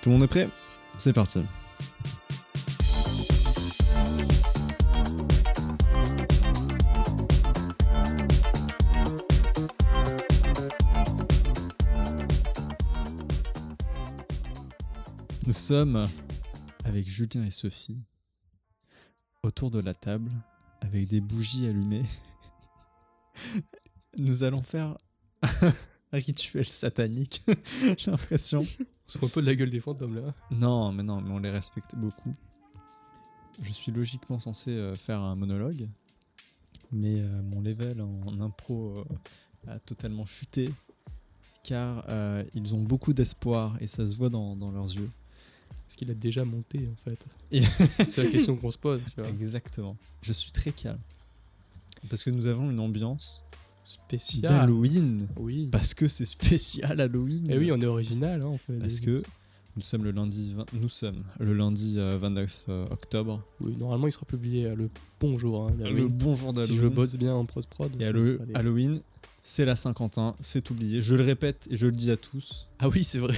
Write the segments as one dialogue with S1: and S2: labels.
S1: Tout le monde est prêt C'est parti. Nous sommes avec Julien et Sophie autour de la table avec des bougies allumées. Nous allons faire un rituel satanique, j'ai l'impression.
S2: On se fout un peu de la gueule des fantômes là.
S1: Non, mais non, mais on les respecte beaucoup. Je suis logiquement censé euh, faire un monologue, mais euh, mon level en, en impro euh, a totalement chuté, car euh, ils ont beaucoup d'espoir et ça se voit dans, dans leurs yeux.
S2: Parce qu'il a déjà monté en fait.
S1: Et-
S2: C'est la question qu'on se pose, tu vois.
S1: Exactement. Je suis très calme. Parce que nous avons une ambiance
S2: Spécial.
S1: d'Halloween.
S2: Oui.
S1: Parce que c'est spécial Halloween.
S2: Et oui, on est original, hein, on fait. des-
S1: Parce que nous sommes le lundi, 20 nous sommes le lundi euh, 29 euh, octobre.
S2: Oui, normalement, il sera publié euh, le bon jour. hein,
S1: Le
S2: d'Halloween.
S1: bonjour d'Halloween.
S2: si je bosse bien en prose prod.
S1: Et
S2: ça
S1: Hallo-
S2: va aller.
S1: Halloween, c'est la Saint-Quentin, c'est oublié. Je le répète et je le dis à tous.
S2: Ah oui, c'est vrai.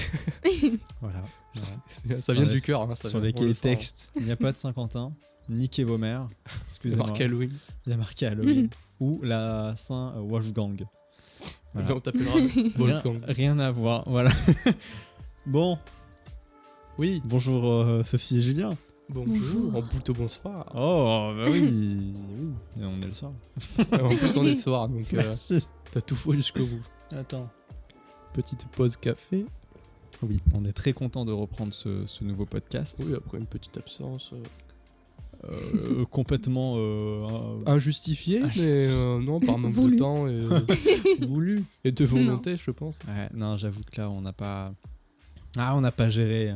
S1: Voilà.
S2: C'est- c'est- Ça vient
S1: Ouais,
S2: du cœur. hein, ça
S1: Sur
S2: vient-
S1: les
S2: on le
S1: cahiers
S2: sent.
S1: textes, il n'y a pas de Saint-Quentin. Niquez vos mères.
S2: C'est
S1: Excusez-moi.
S2: marqué Halloween.
S1: Il y a marqué Halloween. Ou la Saint-Wolfgang. Voilà.
S2: Mais On t'appellera
S1: Rien,
S2: Wolfgang.
S1: rien à voir, voilà. bon,
S2: Oui,
S1: bonjour euh, Sophie et Julien.
S2: bonjour.
S3: Bonjour.
S2: En plutôt bonsoir.
S1: Oh, bah oui, oui. Et on est le soir.
S2: en plus, on est soir, donc euh,
S1: Merci.
S2: t'as tout faux jusqu'au bout.
S1: Attends.
S2: Petite pause café.
S1: Oui, on est très content de reprendre ce, ce nouveau podcast.
S2: Oui, après une petite absence. euh,
S1: Euh, complètement euh,
S2: injustifié,
S1: Injusti-
S2: mais euh, non, par manque de
S3: Voulu.
S2: temps et, euh,
S1: voulu.
S2: et de volonté, je pense.
S1: Ouais, non, j'avoue que là, on n'a pas. Ah, on n'a pas géré.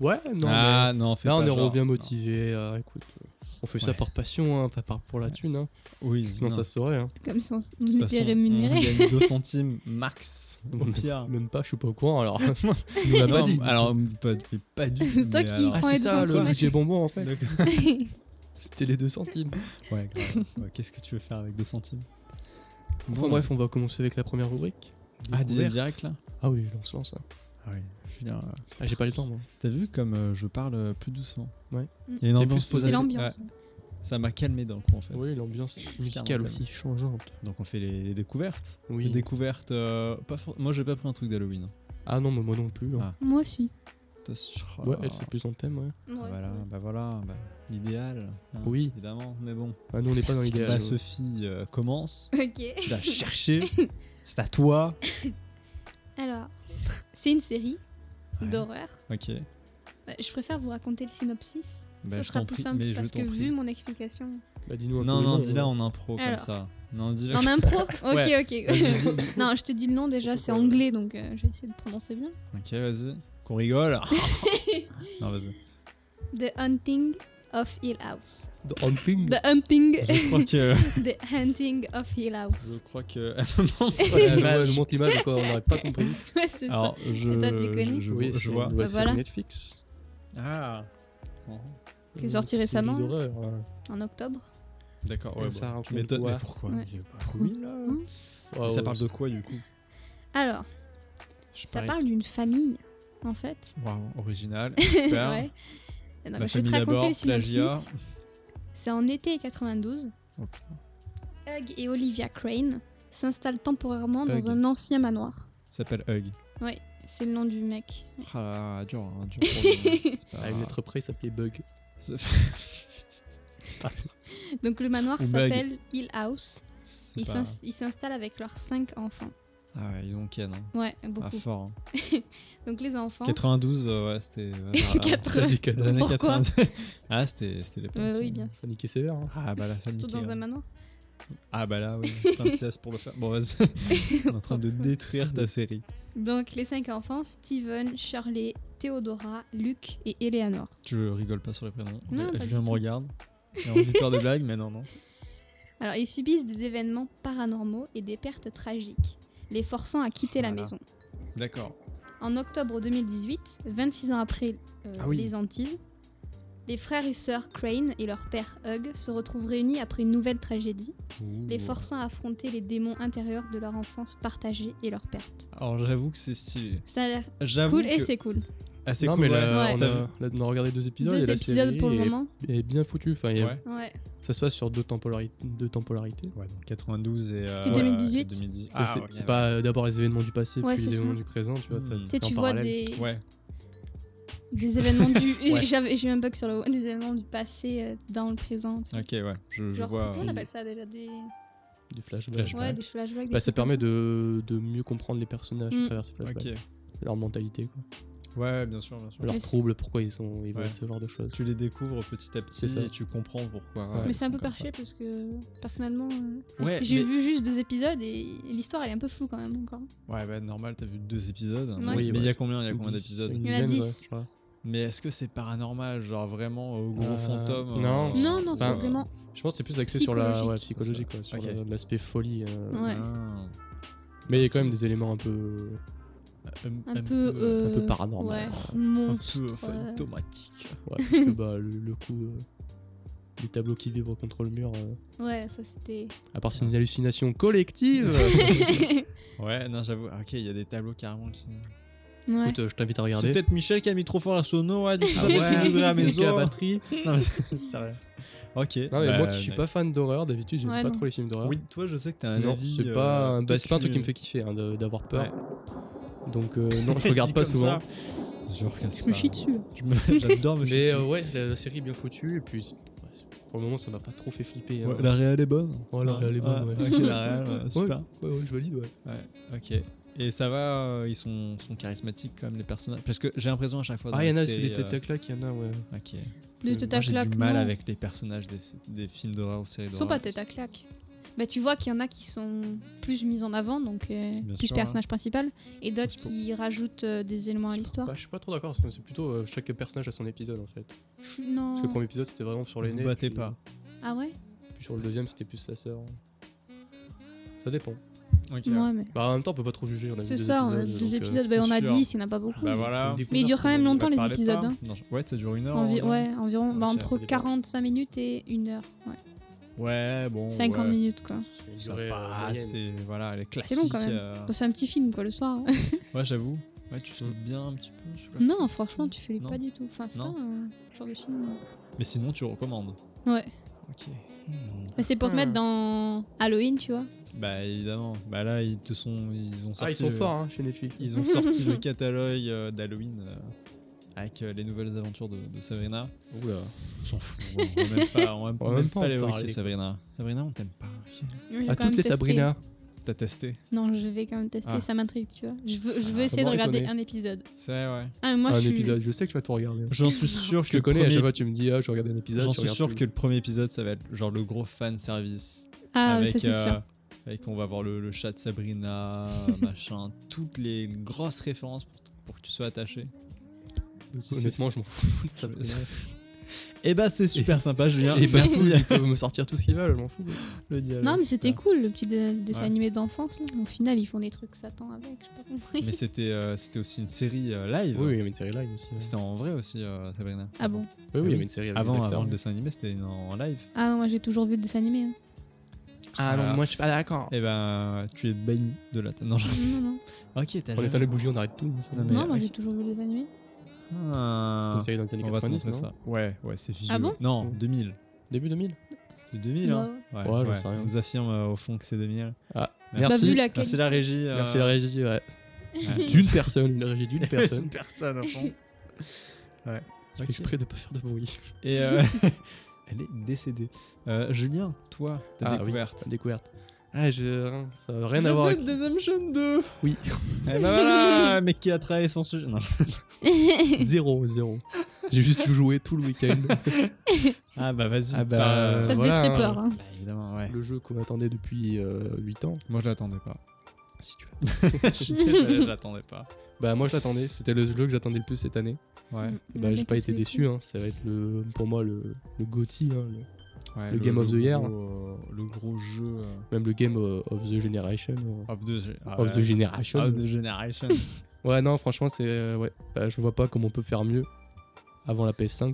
S2: Ouais, non,
S1: ah, non,
S2: mais
S1: fait
S2: là, on
S1: pas
S2: est
S1: genre.
S2: revient motivé. euh, écoute, euh, on fait ça
S1: Ouais.
S2: par passion, hein, pas par pour la thune. hein.
S1: Non. Oui,
S2: Sinon, ça se saurait. hein.
S3: Comme si on s- on
S1: De toute
S3: était
S1: façon,
S3: rémunérés.
S1: On gagne 2 centimes max, au
S2: Même-
S1: pire.
S2: Même pas, je suis pas au courant alors. Il nous l'a
S1: Non,
S2: pas dit.
S1: Alors, pas, mais pas du tout.
S3: C'est toi
S1: mais
S3: qui
S1: alors-
S2: Ah,
S3: prends
S2: c'est
S3: les deux
S2: ça, le
S3: centimes.
S2: budget bonbon en fait.
S1: D'accord.
S2: C'était les deux centimes.
S1: Ouais, grave. Ouais, Qu'est-ce que tu veux faire avec 2 centimes
S2: Enfin, bref, on va commencer avec la première rubrique.
S1: Ah,
S2: Découverte.
S1: direct là
S2: Ah oui, on se lance. hein.
S1: Ah oui, Julien. euh,
S2: Ah, j'ai pas le temps, moi.
S1: T'as vu comme euh, je parle euh, plus doucement
S2: Ouais.
S3: Mm.
S1: Il y a une
S2: T'es
S1: ambiance
S2: plus
S1: posée.
S3: C'est l'ambiance.
S1: Ouais, ça m'a calmé d'un coup en fait.
S2: Oui, l'ambiance musicale
S1: calme.
S2: aussi changeante.
S1: Donc on fait les, les découvertes. Les
S2: Oui.
S1: découvertes. euh, pas for- Moi j'ai pas pris un truc d'Halloween. hein.
S2: Ah non, mais moi non plus. hein.
S3: Moi aussi.
S1: T'as sûr
S2: Ouais, elle, c'est plus en thème, ouais.
S3: Ouais.
S1: Voilà, bah voilà, bah, l'idéal. hein,
S2: Oui.
S1: Évidemment, mais bon.
S2: Ah non, on n'est pas dans l'idéal.
S1: Bah, Sophie euh, commence.
S3: Ok.
S1: Tu l'as cherché. C'est à toi.
S3: Alors, c'est une série
S1: Ouais.
S3: d'horreur.
S1: Ok.
S3: Bah, Je préfère vous raconter le synopsis.
S1: Bah,
S3: ça
S1: je
S3: sera
S1: t'en
S3: plus
S1: prie,
S3: simple
S1: mais je
S3: parce que
S1: t'en prie.
S3: vu mon explication.
S2: Bah, dis-nous un
S1: Non,
S2: peu le
S1: non,
S2: nom,
S1: dis-la
S2: ouais.
S1: en impro comme
S3: Alors.
S1: ça. Non, dis-la.
S3: En impro Ok,
S1: Ouais. Vas-y,
S3: ok.
S1: dis- dis-
S3: non, je te dis le nom déjà, c'est anglais donc euh, je vais essayer de le prononcer bien.
S1: Ok, vas-y. Qu'on rigole. non, vas-y.
S3: The Hunting of Hill House.
S2: The Hunting.
S3: The Hunting.
S1: Je crois que.
S3: The Hunting of Hill
S1: Je
S3: House.
S1: crois que. Ah, Elle me montre
S2: Ouais,
S1: la
S2: elle
S1: image.
S2: nous montre l'image, quoi, on n'aurait pas compris.
S3: Ouais, c'est ça.
S1: Alors, je.
S3: Et toi, t'y connais
S1: je, je-
S2: oui,
S1: je
S2: c'est
S1: vois.
S2: une nouvelle
S3: Bah
S2: série
S3: voilà.
S2: Netflix. Euh,
S1: Ah.
S3: Qui est sortie récemment, là.
S2: hein.
S3: En octobre.
S1: D'accord, ouais.
S2: Et ça
S1: bon,
S2: raconte
S1: tu m'étonnes.
S2: quoi
S1: Mais pourquoi Bah,
S3: Ouais.
S1: J'ai pas trouvé, là. Et ça parle de quoi, du coup
S3: Alors,
S1: Je
S3: ça
S1: parie.
S3: parle d'une famille en fait.
S1: Waouh, Bah, original. Super.
S3: Ouais. Non,
S1: La
S3: mais je vais te
S1: famille Bah,
S3: raconter
S1: d'abord,
S3: le
S1: plagiat.
S3: synopsis. C'est en été 92.
S1: Oh, putain.
S3: Hug et Olivia Crane s'installent temporairement
S1: Hug.
S3: dans un ancien manoir.
S1: Ça s'appelle Hug.
S3: Ouais, c'est le nom du mec.
S1: Ah là là, dur, hein, dur. pour le- c'est pas...
S2: À une lettre près, ça s'appelait Bug.
S1: C'est-
S3: Donc le manoir
S1: Ou Bug.
S3: s'appelle Hill House.
S1: c'est
S3: Ils
S1: pas-
S3: s'ins- ils s'installent avec leurs cinq enfants.
S1: Ah ouais, ils ont ken, hein.
S3: Ouais,
S1: Ah,
S3: beaucoup.
S1: fort. hein.
S3: Donc les enfants.
S1: 92, euh, ouais, c'était.
S3: Quatre-
S1: Les années
S3: Pourquoi
S1: 90. Ah, c'était c'était l'époque.
S3: Ouais, oui,
S1: hein.
S3: bien sûr.
S2: Ça niquait sévère. hein.
S1: Ah, bah là, ça
S3: Surtout
S1: niquait,
S3: dans un
S1: hein.
S3: manoir.
S1: Ah bah là, oui, c'est un petit as pour le faire. Bon, vas-y. On est en train de détruire ta série.
S3: Donc les cinq enfants Steven, Shirley, Théodora, Luc et Eleanor.
S1: Tu rigoles pas sur les prénoms.
S3: Non, pas du
S1: Julien me
S3: tout.
S1: regarde. Et on dit faire des blagues, mais non, non.
S3: Alors ils subissent des événements paranormaux et des pertes tragiques, les forçant à quitter la
S1: Voilà.
S3: maison.
S1: D'accord.
S3: En octobre 2018, 26 ans après euh,
S1: Ah oui.
S3: les Antilles, les frères et sœurs Crane et leur père Hug se retrouvent réunis après une nouvelle tragédie, les forçant à affronter les démons intérieurs de leur enfance partagée et leur perte.
S1: Alors j'avoue que c'est stylé.
S3: Ça a l'air
S1: J'avoue
S3: cool
S1: que
S3: et c'est cool.
S1: assez
S2: non,
S1: cool.
S2: mais là,
S1: ouais.
S2: on, a, là, on a regardé deux épisodes. et
S3: Deux
S2: la
S3: épisodes
S2: série
S3: pour le
S2: est-
S3: moment.
S2: est bien foutu. Enfin, il y a-
S1: Ouais.
S3: Ouais.
S2: ça se passe sur deux temporalités. Deux temporalités.
S1: Ouais, donc 92 et, euh,
S3: Et 2018.
S1: 2018.
S2: Ça, c'est c'est pas euh, d'abord les événements du passé,
S3: Ouais,
S2: puis
S3: c'est
S2: les
S3: ça.
S2: événements du présent. Tu vois, ça,
S1: Hmm.
S2: c'est
S3: Tu sais,
S2: en
S3: tu vois
S2: parallèle.
S3: des,
S1: Ouais,
S3: des événements du.
S2: Ouais.
S3: J'avais, j'ai eu un bug sur le Des événements du passé euh, dans le présent. tu sais.
S1: ok, ouais. Je, je
S3: Genre,
S1: vois.
S3: comment on appelle ça déjà des.
S2: des flashbacks.
S1: Flashbacks.
S3: Ouais,
S1: Flashback.
S3: des flashbacks. des
S2: Bah, ça
S3: trucs comme
S2: permet de, de mieux comprendre les personnages
S3: Mm.
S2: à travers ces flashbacks.
S1: Ok.
S2: Leur mentalité, quoi.
S1: Ouais, bien sûr, bien sûr.
S2: leurs
S3: Mais c'est-
S2: troubles, pourquoi ils, sont, ils
S1: Ouais.
S2: veulent ce genre de choses.
S1: Tu les découvres petit à
S2: C'est
S1: petit
S2: ça.
S1: et tu comprends pourquoi.
S2: Ouais.
S1: euh,
S3: Mais c'est un
S1: ils
S3: peu
S1: sont comme ça.
S3: perché parce que personnellement, euh,
S1: Ouais,
S3: j'ai
S1: mais-
S3: vu juste deux épisodes et, et l'histoire elle est un peu floue quand même encore.
S1: Ouais, bah normal, t'as vu deux épisodes.
S3: Ouais.
S1: Mais
S2: Oui,
S1: il y a combien, il y a combien d'épisodes
S3: Il y en a
S2: dizaine,
S3: dix.
S2: je crois.
S1: Mais est-ce que c'est paranormal, genre vraiment au gros
S2: Euh,
S1: fantôme euh,
S2: non.
S3: Non, non, c'est
S2: ben,
S3: vraiment.
S2: Je pense que c'est plus axé sur la
S3: Psychologique.
S2: ouais, psychologie, quoi, sur
S1: Ok.
S2: la- l'aspect folie. euh,
S3: Ouais.
S1: Ah.
S2: Mais il y a quand même des éléments un peu,
S3: Un peu,
S2: un peu
S3: Euh,
S2: paranormaux.
S3: Ouais,
S1: Un
S3: monstre.
S1: peu
S3: euh,
S1: fantomatique.
S2: Ouais, parce que bah, le, le coup, euh, les tableaux qui vibrent contre le mur, euh,
S3: Ouais, ça c'était.
S2: à part c'est une hallucination collective. euh,
S1: Ouais, non, j'avoue. Ok, il y a des tableaux carrément qui.
S3: ouais.
S2: Écoute, euh, je t'invite à
S1: C'est
S2: regarder.
S1: peut-être Michel qui a mis trop fort la sono, ouais, du coup,
S2: Ah
S1: ça doit être
S2: ouais,
S1: équilibré à la
S2: niquer la
S1: maison.
S2: batterie.
S1: Non, mais c'est sérieux. Ok.
S2: Non, mais
S1: bah,
S2: moi qui suis
S1: nice.
S2: pas fan d'horreur, d'habitude, j'aime
S3: Ouais,
S2: pas
S3: non.
S2: trop les films d'horreur.
S1: Oui, toi, je sais que t'as un
S2: non,
S1: avis.
S2: c'est
S1: euh,
S2: pas, un- bah,
S1: toi,
S2: c'est pas un truc
S1: tu-
S2: qui me fait kiffer hein, de- d'avoir peur. Donc, euh, non, je regarde
S1: Dit
S2: pas
S1: comme
S2: souvent.
S1: ça. Je regarde
S3: Je
S1: pas.
S3: me chie dessus.
S1: Je me- J'adore me chier
S2: Mais
S1: dessus.
S2: euh, ouais, la, la série est bien foutue. Et puis, c'est- ouais, c'est- pour le moment, ça m'a pas trop fait flipper. hein.
S1: Ouais, euh, Oh, la réelle est bonne. Ah,
S2: Ouais, la réelle est bonne, ouais.
S1: Ok, la réelle, euh, super.
S2: Ouais, ouais, je valide, ouais.
S1: Ouais, ok. Et ça va, euh, ils sont, sont charismatiques quand même, les personnages. Parce que j'ai l'impression à chaque fois. dans
S2: Ah, il y en
S1: les
S2: a, c'est des
S1: séries,
S2: têtes à claque, il y en a, ouais.
S1: euh, ok.
S3: Des
S1: Moi,
S3: têtes à
S1: J'ai
S3: claque,
S1: du mal
S3: non.
S1: avec les personnages des, des films d'horreur ou séries
S3: Ils
S1: d'horreur.
S3: sont pas tête à claque. Bah, tu vois qu'il y en a qui sont plus mises en avant, donc euh,
S1: Bien
S3: plus
S1: sûr,
S3: personnage principal, et d'autres
S1: C'est pour-
S3: qui rajoutent euh, des éléments à
S2: C'est-
S3: l'histoire.
S2: bah, je suis pas trop d'accord, c'est c'est plutôt euh, chaque personnage a son épisode en fait.
S3: Je suis- Non.
S2: Parce que le premier épisode c'était vraiment sur l'aîné.
S1: Vous battez
S2: puis- euh,
S1: pas.
S3: Ah ouais
S2: Puis sur le deuxième c'était plus sa sœur. Ça dépend.
S1: Ok.
S3: Ouais, mais.
S2: Bah en même temps on peut pas trop juger, on a vu
S3: C'est
S2: deux
S3: ça, on a
S2: épisodes. donc,
S3: deux
S2: euh,
S3: épisodes,
S1: c'est
S3: bah, on a
S1: sûr.
S3: 10, il n'y en a pas beaucoup.
S1: Bah
S2: c'est-
S1: voilà.
S2: c'est une découverte
S3: Mais il dure quand même
S2: pour-
S3: longtemps, les
S1: Parlez pas.
S3: épisodes, hein.
S1: Bah, Non, je- ouais, ça dure une heure. hein.
S3: Envi-
S1: non
S3: ouais, environ bah,
S1: Ok, ça
S3: entre
S1: dépend.
S3: 45 minutes et 1 heure. Ouais.
S1: Ouais, bon.
S3: 50
S1: ouais.
S3: minutes quoi.
S2: c'est une
S1: Ça
S2: durée, euh,
S1: passe,
S2: moyenne.
S1: c'est voilà, les classiques.
S3: C'est long, quand même.
S1: euh,
S3: Bon, c'est un petit film quoi le soir.
S1: Ouais, j'avoue. Ouais, tu sautes bien un petit peu. sous la-
S3: non, franchement, tu fais les
S1: Non.
S3: pas du tout. Enfin, c'est pas
S1: Non.
S3: un genre de film.
S1: Mais sinon, tu recommandes.
S3: Ouais.
S1: Ok. Hmm.
S3: Bah, c'est pour te
S2: Ah.
S3: mettre dans Halloween, tu vois.
S1: Bah évidemment. Bah là, ils te sont, ils ont sorti.
S2: Ah, ils sont
S1: le-
S2: forts hein, chez Netflix.
S1: Ils ont sorti le catalogue euh, d'Halloween euh, avec euh, les nouvelles aventures de, de Sabrina.
S2: Oula.
S1: On s'en fout. On va même pas, on va
S2: On va
S1: même
S2: même pas
S1: pas
S2: en
S1: l'évoquer,
S2: parler.
S1: Sabrina. Sabrina, on t'aime pas. ok.
S3: Je vais
S2: À
S3: quand même
S2: toutes les
S3: tester.
S2: Sabrina.
S1: T'as testé.
S3: Non, je vais quand même tester,
S1: Ah.
S3: ça m'intrigue, tu vois. Je veux, je veux
S2: Ah,
S3: essayer de
S2: comment
S3: regarder
S2: étonner.
S3: un épisode.
S1: C'est vrai, ouais.
S3: Ah, mais moi
S2: un
S3: je suis.
S2: épisode, je sais que tu vas tout regarder. hein.
S1: J'en suis sûr que
S2: Je te
S1: le
S2: connais, à
S1: premier-
S2: chaque fois tu me dis ah je regarde un épisode.
S1: J'en
S2: tu
S1: suis
S2: regardes
S1: sûr
S2: tout.
S1: que le premier épisode, ça va être genre le gros fan service.
S3: Ah,
S1: avec,
S3: ça c'est sûr.
S1: euh, avec on va voir le, le chat de Sabrina, machin, toutes les grosses références pour, t- pour que tu sois attaché.
S2: Honnêtement je m'en fous de ça.
S1: Et bah c'est super sympa Julien.
S2: Et bah,
S1: merci
S2: merci, ils peuvent me sortir tout ce qu'ils veulent, je m'en fous.
S1: le dialogue.
S3: Non, mais c'était
S1: super.
S3: cool le petit dé-
S1: euh,
S3: dessin
S1: Ouais.
S3: animé d'enfance. là. Au final, ils font des trucs Satan avec, je sais pas compris.
S1: Mais c'était euh, c'était aussi une série euh, live.
S2: Oui, il y avait une série live aussi. ouais.
S1: C'était en vrai aussi euh, Sabrina.
S3: Ah bon
S2: Oui, oui, il y avait une série avec des
S1: Avant,
S2: acteurs.
S1: avant le dessin animé, c'était en en live.
S3: Ah non, moi j'ai toujours vu le dessin animé. hein.
S2: Ah
S1: Ah.
S2: non, moi je suis pas d'accord.
S1: Et ben tu es banni de la. Non, je- Ah,
S3: Non, non.
S1: ok, t'as
S2: On
S1: jamais-
S2: éteint les bougies, on arrête tout.
S1: Non, mais-
S3: Non, moi
S1: ok.
S3: j'ai toujours vu le dessin animé.
S1: Ah.
S2: C'était une série dans les années
S1: On va te
S2: 90,
S1: montrer
S2: non
S1: ça. Ouais, ouais, c'est vieux.
S3: Ah bon
S1: non,
S2: Mm.
S1: 2000.
S2: Début 2000
S1: C'est 2000, hein
S3: Bah
S2: Ouais, j'en sais rien.
S1: On nous affirme euh, au fond que c'est 2000.
S2: Ah,
S1: Merci.
S3: Bah, vu
S2: merci.
S3: la
S1: Merci
S3: qualité.
S1: la régie. euh,
S2: Merci la régie, ouais.
S1: Ouais.
S2: D'une personne, la régie d'une personne.
S1: personne au fond. Ouais.
S2: Je fais exprès de pas faire de bruit.
S1: Et euh, elle est décédée. Euh, Julien, toi, ta
S2: Ah oui,
S1: découverte.
S2: Découverte. Ah, je. Ça n'a rien à voir avec.
S1: Redemption 2
S2: Oui.
S1: Eh ben voilà, un mec qui a trahi son sujet. Non.
S2: Zéro, zéro. J'ai juste joué tout le week-end.
S1: Ah bah vas-y.
S2: Ah bah,
S1: parle.
S3: Ça
S2: Euh,
S3: faisait
S2: voilà,
S3: très
S2: hein.
S3: peur. hein.
S1: Bah, évidemment, ouais.
S2: Le jeu qu'on attendait depuis 8 ans.
S1: Moi je l'attendais pas.
S2: Si tu veux.
S1: je suis désolé, je l'attendais pas.
S2: Bah, moi je l'attendais. C'était le jeu que j'attendais le plus cette année.
S1: Ouais.
S3: On
S2: Bah,
S3: a
S2: j'ai pas été
S3: passé le coup.
S2: déçu. Hein. Ça va être le, pour moi le, le GOTY. Hein, le-
S1: Ouais,
S2: Le Game of the
S1: gros,
S2: Year.
S1: euh, le gros jeu euh,
S2: Même le game euh, of the generation. euh,
S1: of the, ah
S2: Of
S1: ouais.
S2: the generation.
S1: Of the Generation.
S2: Ouais, non, franchement, c'est. euh, Ouais, bah, je vois pas comment on peut faire mieux avant la PS5.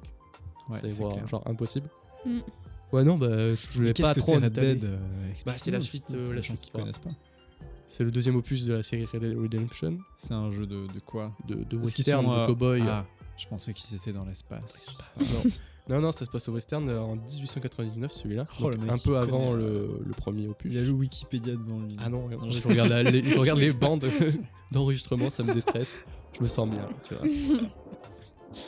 S1: Ouais,
S2: c'est
S1: c'est
S2: voir-
S1: clair.
S2: genre impossible.
S3: Mm.
S2: Ouais, non, bah, je je
S1: Mais
S2: l'ai
S1: Qu'est-ce
S2: pas
S1: que
S2: trop
S1: c'est
S2: en
S1: Red
S2: détail.
S1: Dead euh, explique-nous
S2: c'est la
S1: un
S2: suite,
S1: petit peu
S2: euh,
S1: pour
S2: la
S1: les gens
S2: suite,
S1: qui
S2: quoi.
S1: connaissent pas.
S2: C'est le deuxième opus de la série Red Dead Redemption,
S1: C'est un jeu de, de quoi
S2: de, de
S1: Est-ce qu'ils
S2: western,
S1: sont,
S2: de
S1: euh,
S2: cowboy.
S1: Ah, je pensais qu'ils étaient dans l'espace. je sais pas.
S2: Non, non, ça se passe au western euh, en 1899, celui-là.
S1: Oh, le
S2: Donc,
S1: mec,
S2: un peu
S1: il
S2: avant
S1: connaît,
S2: le, le premier opus.
S1: Il a le Wikipédia devant lui.
S2: Ah non, vraiment,
S1: je-
S2: je regarde, la- les, je regarde les bandes d'enregistrement, ça me déstresse. Je me sens bien, tu vois.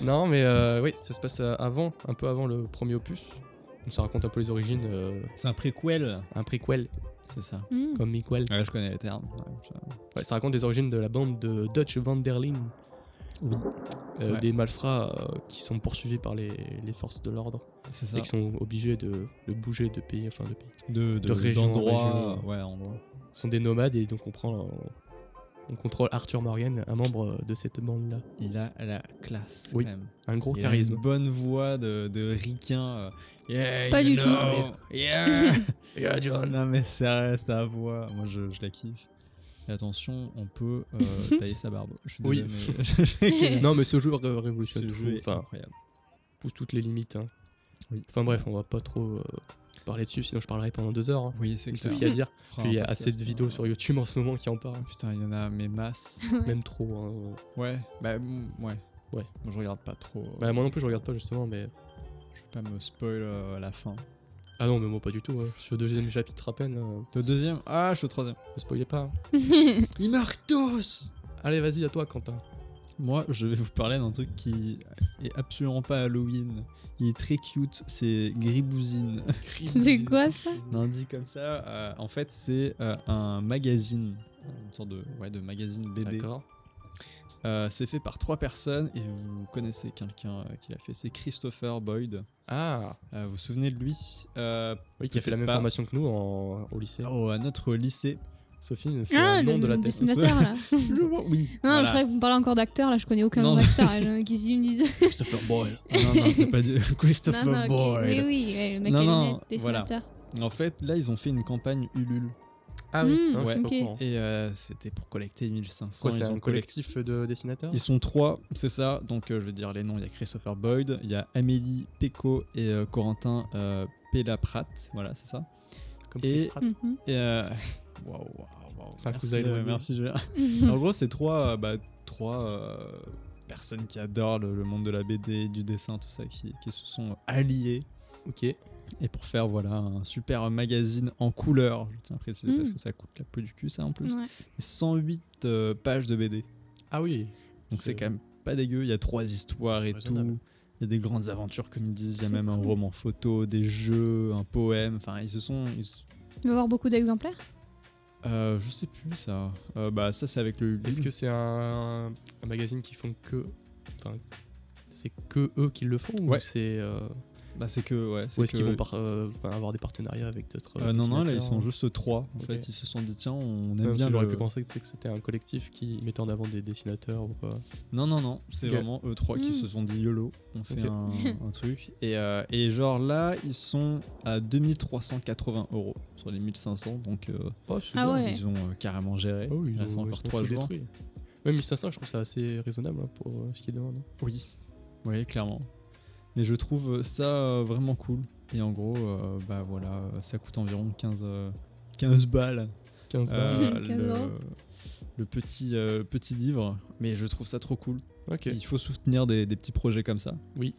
S2: Non, mais euh, oui, ça se passe euh, avant, un peu avant le premier opus. Donc, ça raconte un peu les origines, euh,
S1: C'est un préquel.
S2: un préquel,
S1: C'est ça.
S3: Hmm.
S2: comme Miquel.
S1: Ouais, je connais les termes. Ouais, je-
S2: Ouais, ça raconte les origines de la bande de Dutch Van der Linde,
S1: Oui,
S2: euh,
S1: Ouais.
S2: des malfrats euh, qui sont poursuivis par les, les forces de l'ordre
S1: c'est ça.
S2: et qui sont obligés de, de bouger de pays, enfin de pays.
S1: De, de,
S2: de région en
S1: d'endroits,
S2: région.
S1: Ouais, endroit.
S2: Ils sont des nomades et donc on prend, on, on contrôle Arthur Morgan, un membre de cette bande-là.
S1: Il a la classe
S2: Oui.
S1: quand même.
S2: Un gros
S1: Il a une
S2: charisme.
S1: bonne voix de, de ricain. euh, Yeah,
S3: Pas
S1: you
S3: du
S1: know. Yeah.
S2: Yeah, John.
S1: non mais sérieux, sa voix, moi je, je la kiffe. Et attention, on peut euh, tailler sa barbe. Je suis
S2: Oui.
S1: désolé, mais-
S2: Non, mais ce jeu ré-
S1: Ce
S2: révolutionne tout.
S1: jeu est
S2: Enfin,
S1: incroyable.
S2: pousse toutes les limites. hein.
S1: Oui.
S2: Enfin bref, on va pas trop euh, parler dessus, sinon je parlerai pendant deux heures. hein,
S1: Oui, c'est
S2: de tout
S1: clair.
S2: ce qu'il y a à dire.
S1: On fera
S2: Puis
S1: un
S2: il y a
S1: podcast,
S2: assez de
S1: hein.
S2: vidéos sur YouTube en ce moment qui en parlent,
S1: Putain, il y en a mais masse.
S2: même trop. hein.
S1: Ouais, bah mm, ouais.
S2: Ouais.
S1: Moi, je regarde pas trop. euh,
S2: Bah, moi non plus, je regarde pas justement, mais.
S1: Je vais pas me spoil euh, à la fin.
S2: Ah non, mais moi pas du tout. hein. Je suis au deuxième chapitre à peine, euh,
S1: Le deuxième Ah, je suis au troisième.
S2: ne spoilez pas. hein.
S1: Ils marquent tous
S2: Allez, vas-y, à toi, Quentin.
S1: Moi, je vais vous parler d'un truc qui est absolument pas Halloween. Il est très cute, c'est Gribouzine.
S3: C'est quoi ça
S1: Lundi comme ça. euh, en fait, c'est euh, un magazine, une sorte de, ouais, de magazine BD.
S2: D'accord.
S1: Euh, c'est fait par trois personnes et vous connaissez quelqu'un euh, qui l'a fait, c'est Christopher Boyd.
S2: Ah,
S1: Euh, vous vous souvenez de lui euh,
S2: oui, qui a fait la même
S1: Pas-
S2: formation que nous en- au lycée.
S1: au- À notre lycée.
S2: Sophie me fait
S3: Ah,
S2: un nom
S3: le
S2: de la tête.
S3: dessinateur là. non,
S1: Je vois, oui.
S3: non,
S1: Voilà.
S3: je croyais que vous me parlez encore d'acteur là, je connais aucun
S1: Non,
S3: nom
S1: non.
S3: d'acteur. là, j'en ai Qui s'y me disait.
S2: Christopher Boyle.
S1: Ah Non, non, c'est pas du Christopher
S3: non, non, ok.
S1: Boyd.
S3: Oui, oui, ouais, le mec
S1: Non,
S3: à
S1: non,
S3: lunettes,
S1: voilà.
S3: dessinateur.
S1: En fait, là, ils ont fait une campagne Ulule.
S2: Ah oui,
S3: Hmm,
S2: non, je suis pas
S3: ouais.
S2: au
S3: ok.
S2: courant.
S1: Et euh, c'était pour collecter 1500.
S2: Quoi, c'est
S1: ils, ont
S2: un
S1: collecté-
S2: collectif de dessinateurs
S1: ils sont trois, c'est ça. Donc euh, je vais dire les noms. Il y a Christopher Boyd, il y a Amélie Pecot et euh, Corentin euh, Pellaprat. Voilà, c'est ça.
S2: Comme
S1: et-
S2: Chris Pratt.
S3: Mhm.
S1: Et. euh, Waouh, waouh, waouh.
S2: Enfin,
S1: merci,
S2: vous avez
S1: euh,
S2: loin de
S1: merci, Julien. en gros, c'est trois, euh, bah, trois euh, personnes qui adorent le, le monde de la BD, du dessin, tout ça, qui, qui se sont alliées
S2: Ok.
S1: et pour faire voilà un super magazine en couleur. Je tiens à préciser
S3: Mm.
S1: parce que ça coûte la peau du cul, ça en plus.
S3: Ouais.
S1: Et 108 euh, pages de BD.
S2: Ah oui.
S1: Donc
S2: C'est-
S1: c'est quand même pas dégueu. Il y a trois histoires
S2: C'est
S1: et
S2: raisonnable.
S1: tout. Il y a des grandes aventures comme ils disent. Il y a
S3: C'est
S1: même un
S3: cool.
S1: roman photo, des jeux, un poème. Enfin, ils se sont. ils se-
S3: Il va avoir beaucoup d'exemplaires.
S1: Euh, je sais plus ça. Euh, bah ça c'est avec le.
S2: Est-ce que c'est un, un magazine qui font que. Enfin, c'est que eux qui le font
S1: Ouais.
S2: Ou c'est. euh,
S1: Bah c'est que ouais. c'est
S2: ou est-ce qu'ils
S1: que-
S2: vont par- euh, enfin, avoir des partenariats avec d'autres.
S1: Euh, non non là ils
S2: dessinateurs
S1: sont juste trois. En
S2: Ok.
S1: fait ils se sont dit tiens on
S2: Ouais,
S1: aime
S2: parce
S1: bien
S2: que J'aurais
S1: le-
S2: pu penser que, c'est que c'était un collectif qui mettait en avant des dessinateurs ou quoi.
S1: Non, non, non, c'est
S2: Ok.
S1: vraiment eux trois qui
S3: Mm.
S1: se sont dit YOLO, on fait
S2: Ok.
S1: un, un truc. Et, euh, et genre là, ils sont à 2380 euros sur les 1500, donc euh,
S2: Oh, c'est
S3: Ah bien. ouais.
S1: ils ont euh, carrément géré.
S2: Oh,
S1: il
S2: ils
S1: reste
S2: ont,
S1: encore trois jours.
S2: Même 1500, je trouve ça assez raisonnable hein, pour euh, ce qu'ils demandent.
S1: Oui, oui, clairement. Mais je trouve ça euh, vraiment cool. Et en gros, euh, bah voilà, ça coûte environ 15, euh, 15 balles
S2: 15
S1: euh,
S2: balles.
S3: 15
S1: le,
S3: euros.
S1: le petit, euh, petit livre. Mais je trouve ça trop cool.
S2: Ok.
S1: Il faut soutenir des, des petits projets comme ça.
S2: Oui.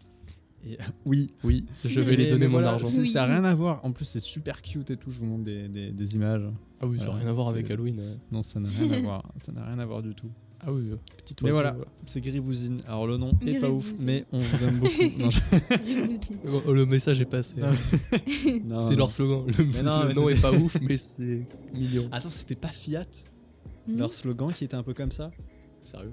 S1: Et, oui,
S2: Oui, je vais
S1: Mais-
S2: les donner
S1: mais
S2: mon
S1: voilà,
S2: argent.
S1: c'est-
S3: Oui.
S1: Ça n'a rien à voir. En plus, c'est super cute et tout. Je vous montre des, des- des images.
S2: Ah oui, ça n'a
S1: Voilà,
S2: rien à voir
S1: c'est-
S2: avec Halloween. ouais.
S1: Non, ça n'a rien à voir. Ça n'a rien à voir du tout.
S2: Ah oui, euh, petit
S1: Mais
S2: oiseau.
S1: voilà. C'est Gribouzine. Alors, le nom est pas ouf,
S3: Gribouzine.
S1: mais on vous aime beaucoup. Non, je-
S3: Rigousi.
S2: Bon, Oh, le message est passé. hein.
S1: Non, non,
S2: c'est
S1: non.
S2: leur slogan. Le,
S1: Mais non,
S2: le
S1: mais
S2: nom
S1: c'était-
S2: est pas ouf, Ah. mais c'est mignon.
S3: Ah
S1: Attends, c'était pas Fiat
S3: Hmm.
S1: Leur slogan qui était un peu comme ça
S2: Sérieux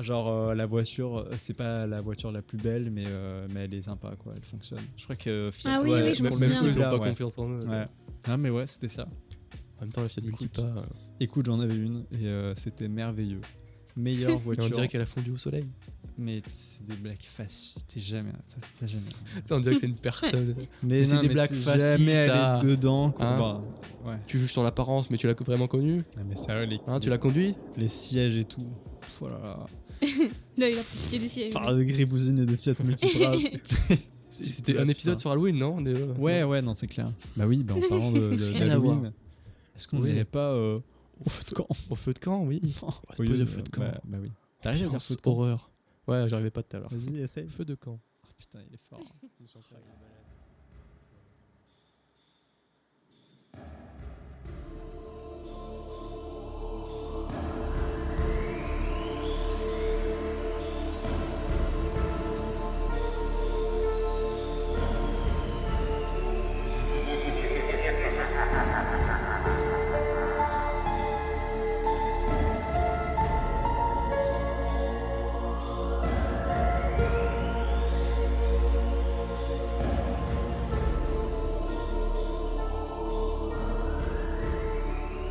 S1: Genre, euh, la voiture, euh, c'est pas la voiture la plus belle, mais, euh, mais elle est sympa, quoi. Elle fonctionne. Je crois que Fiat.
S3: Ah oui, oui, je me
S2: même
S3: souviens,
S2: s'ils
S1: truc
S2: n'ont
S1: là,
S2: pas
S1: ouais.
S2: confiance en eux.
S1: Ouais. Ah, mais ouais, c'était ça.
S2: En même temps, la Fiat Multipa, euh,
S1: Écoute, j'en avais une et euh, c'était merveilleux. Meilleure voiture.
S2: on dirait qu'elle a fondu au soleil.
S1: Mais c'est des blagues faciles, t'es jamais, t'as- t'as jamais.
S2: Tu sais, on dirait que c'est une personne.
S1: Mais
S2: c'est
S1: non,
S2: des
S1: mais
S2: blagues
S1: t'es
S2: faciles,
S1: Jamais
S2: ça.
S1: aller dedans, quoi.
S2: Hein
S1: Bah, ouais.
S2: tu juges sur l'apparence, mais tu l'as vraiment connue
S1: Ah, mais sérieux, les,
S2: hein, Tu l'as conduite
S1: les sièges et tout. Pff, oh là là.
S3: Mhm. Là, il a profité des sièges.
S1: Parle de Gribouzine et de Fiat Multipla.
S2: C'est-
S1: Tu-
S2: C'était
S1: tu
S2: un
S1: l'as,
S2: épisode
S1: putain.
S2: sur Halloween, non euh, Déjà
S1: ouais, ouais, non, c'est clair. Bah oui, bah en parlant de, de
S2: Rien à voir.
S1: d'Halloween, est-ce qu'on
S2: Oui.
S1: dirait pas euh, Au feu de camp.
S2: Au feu de camp, oui.
S1: Au
S2: c'est pas de feu de camp.
S1: Bah, bah oui. T'arrives à dire feu de camp
S2: horreur. Ouais, j'arrivais pas tout à l'heure.
S1: Vas-y, essaye.
S2: Feu de camp.
S1: Ah, putain, il est fort.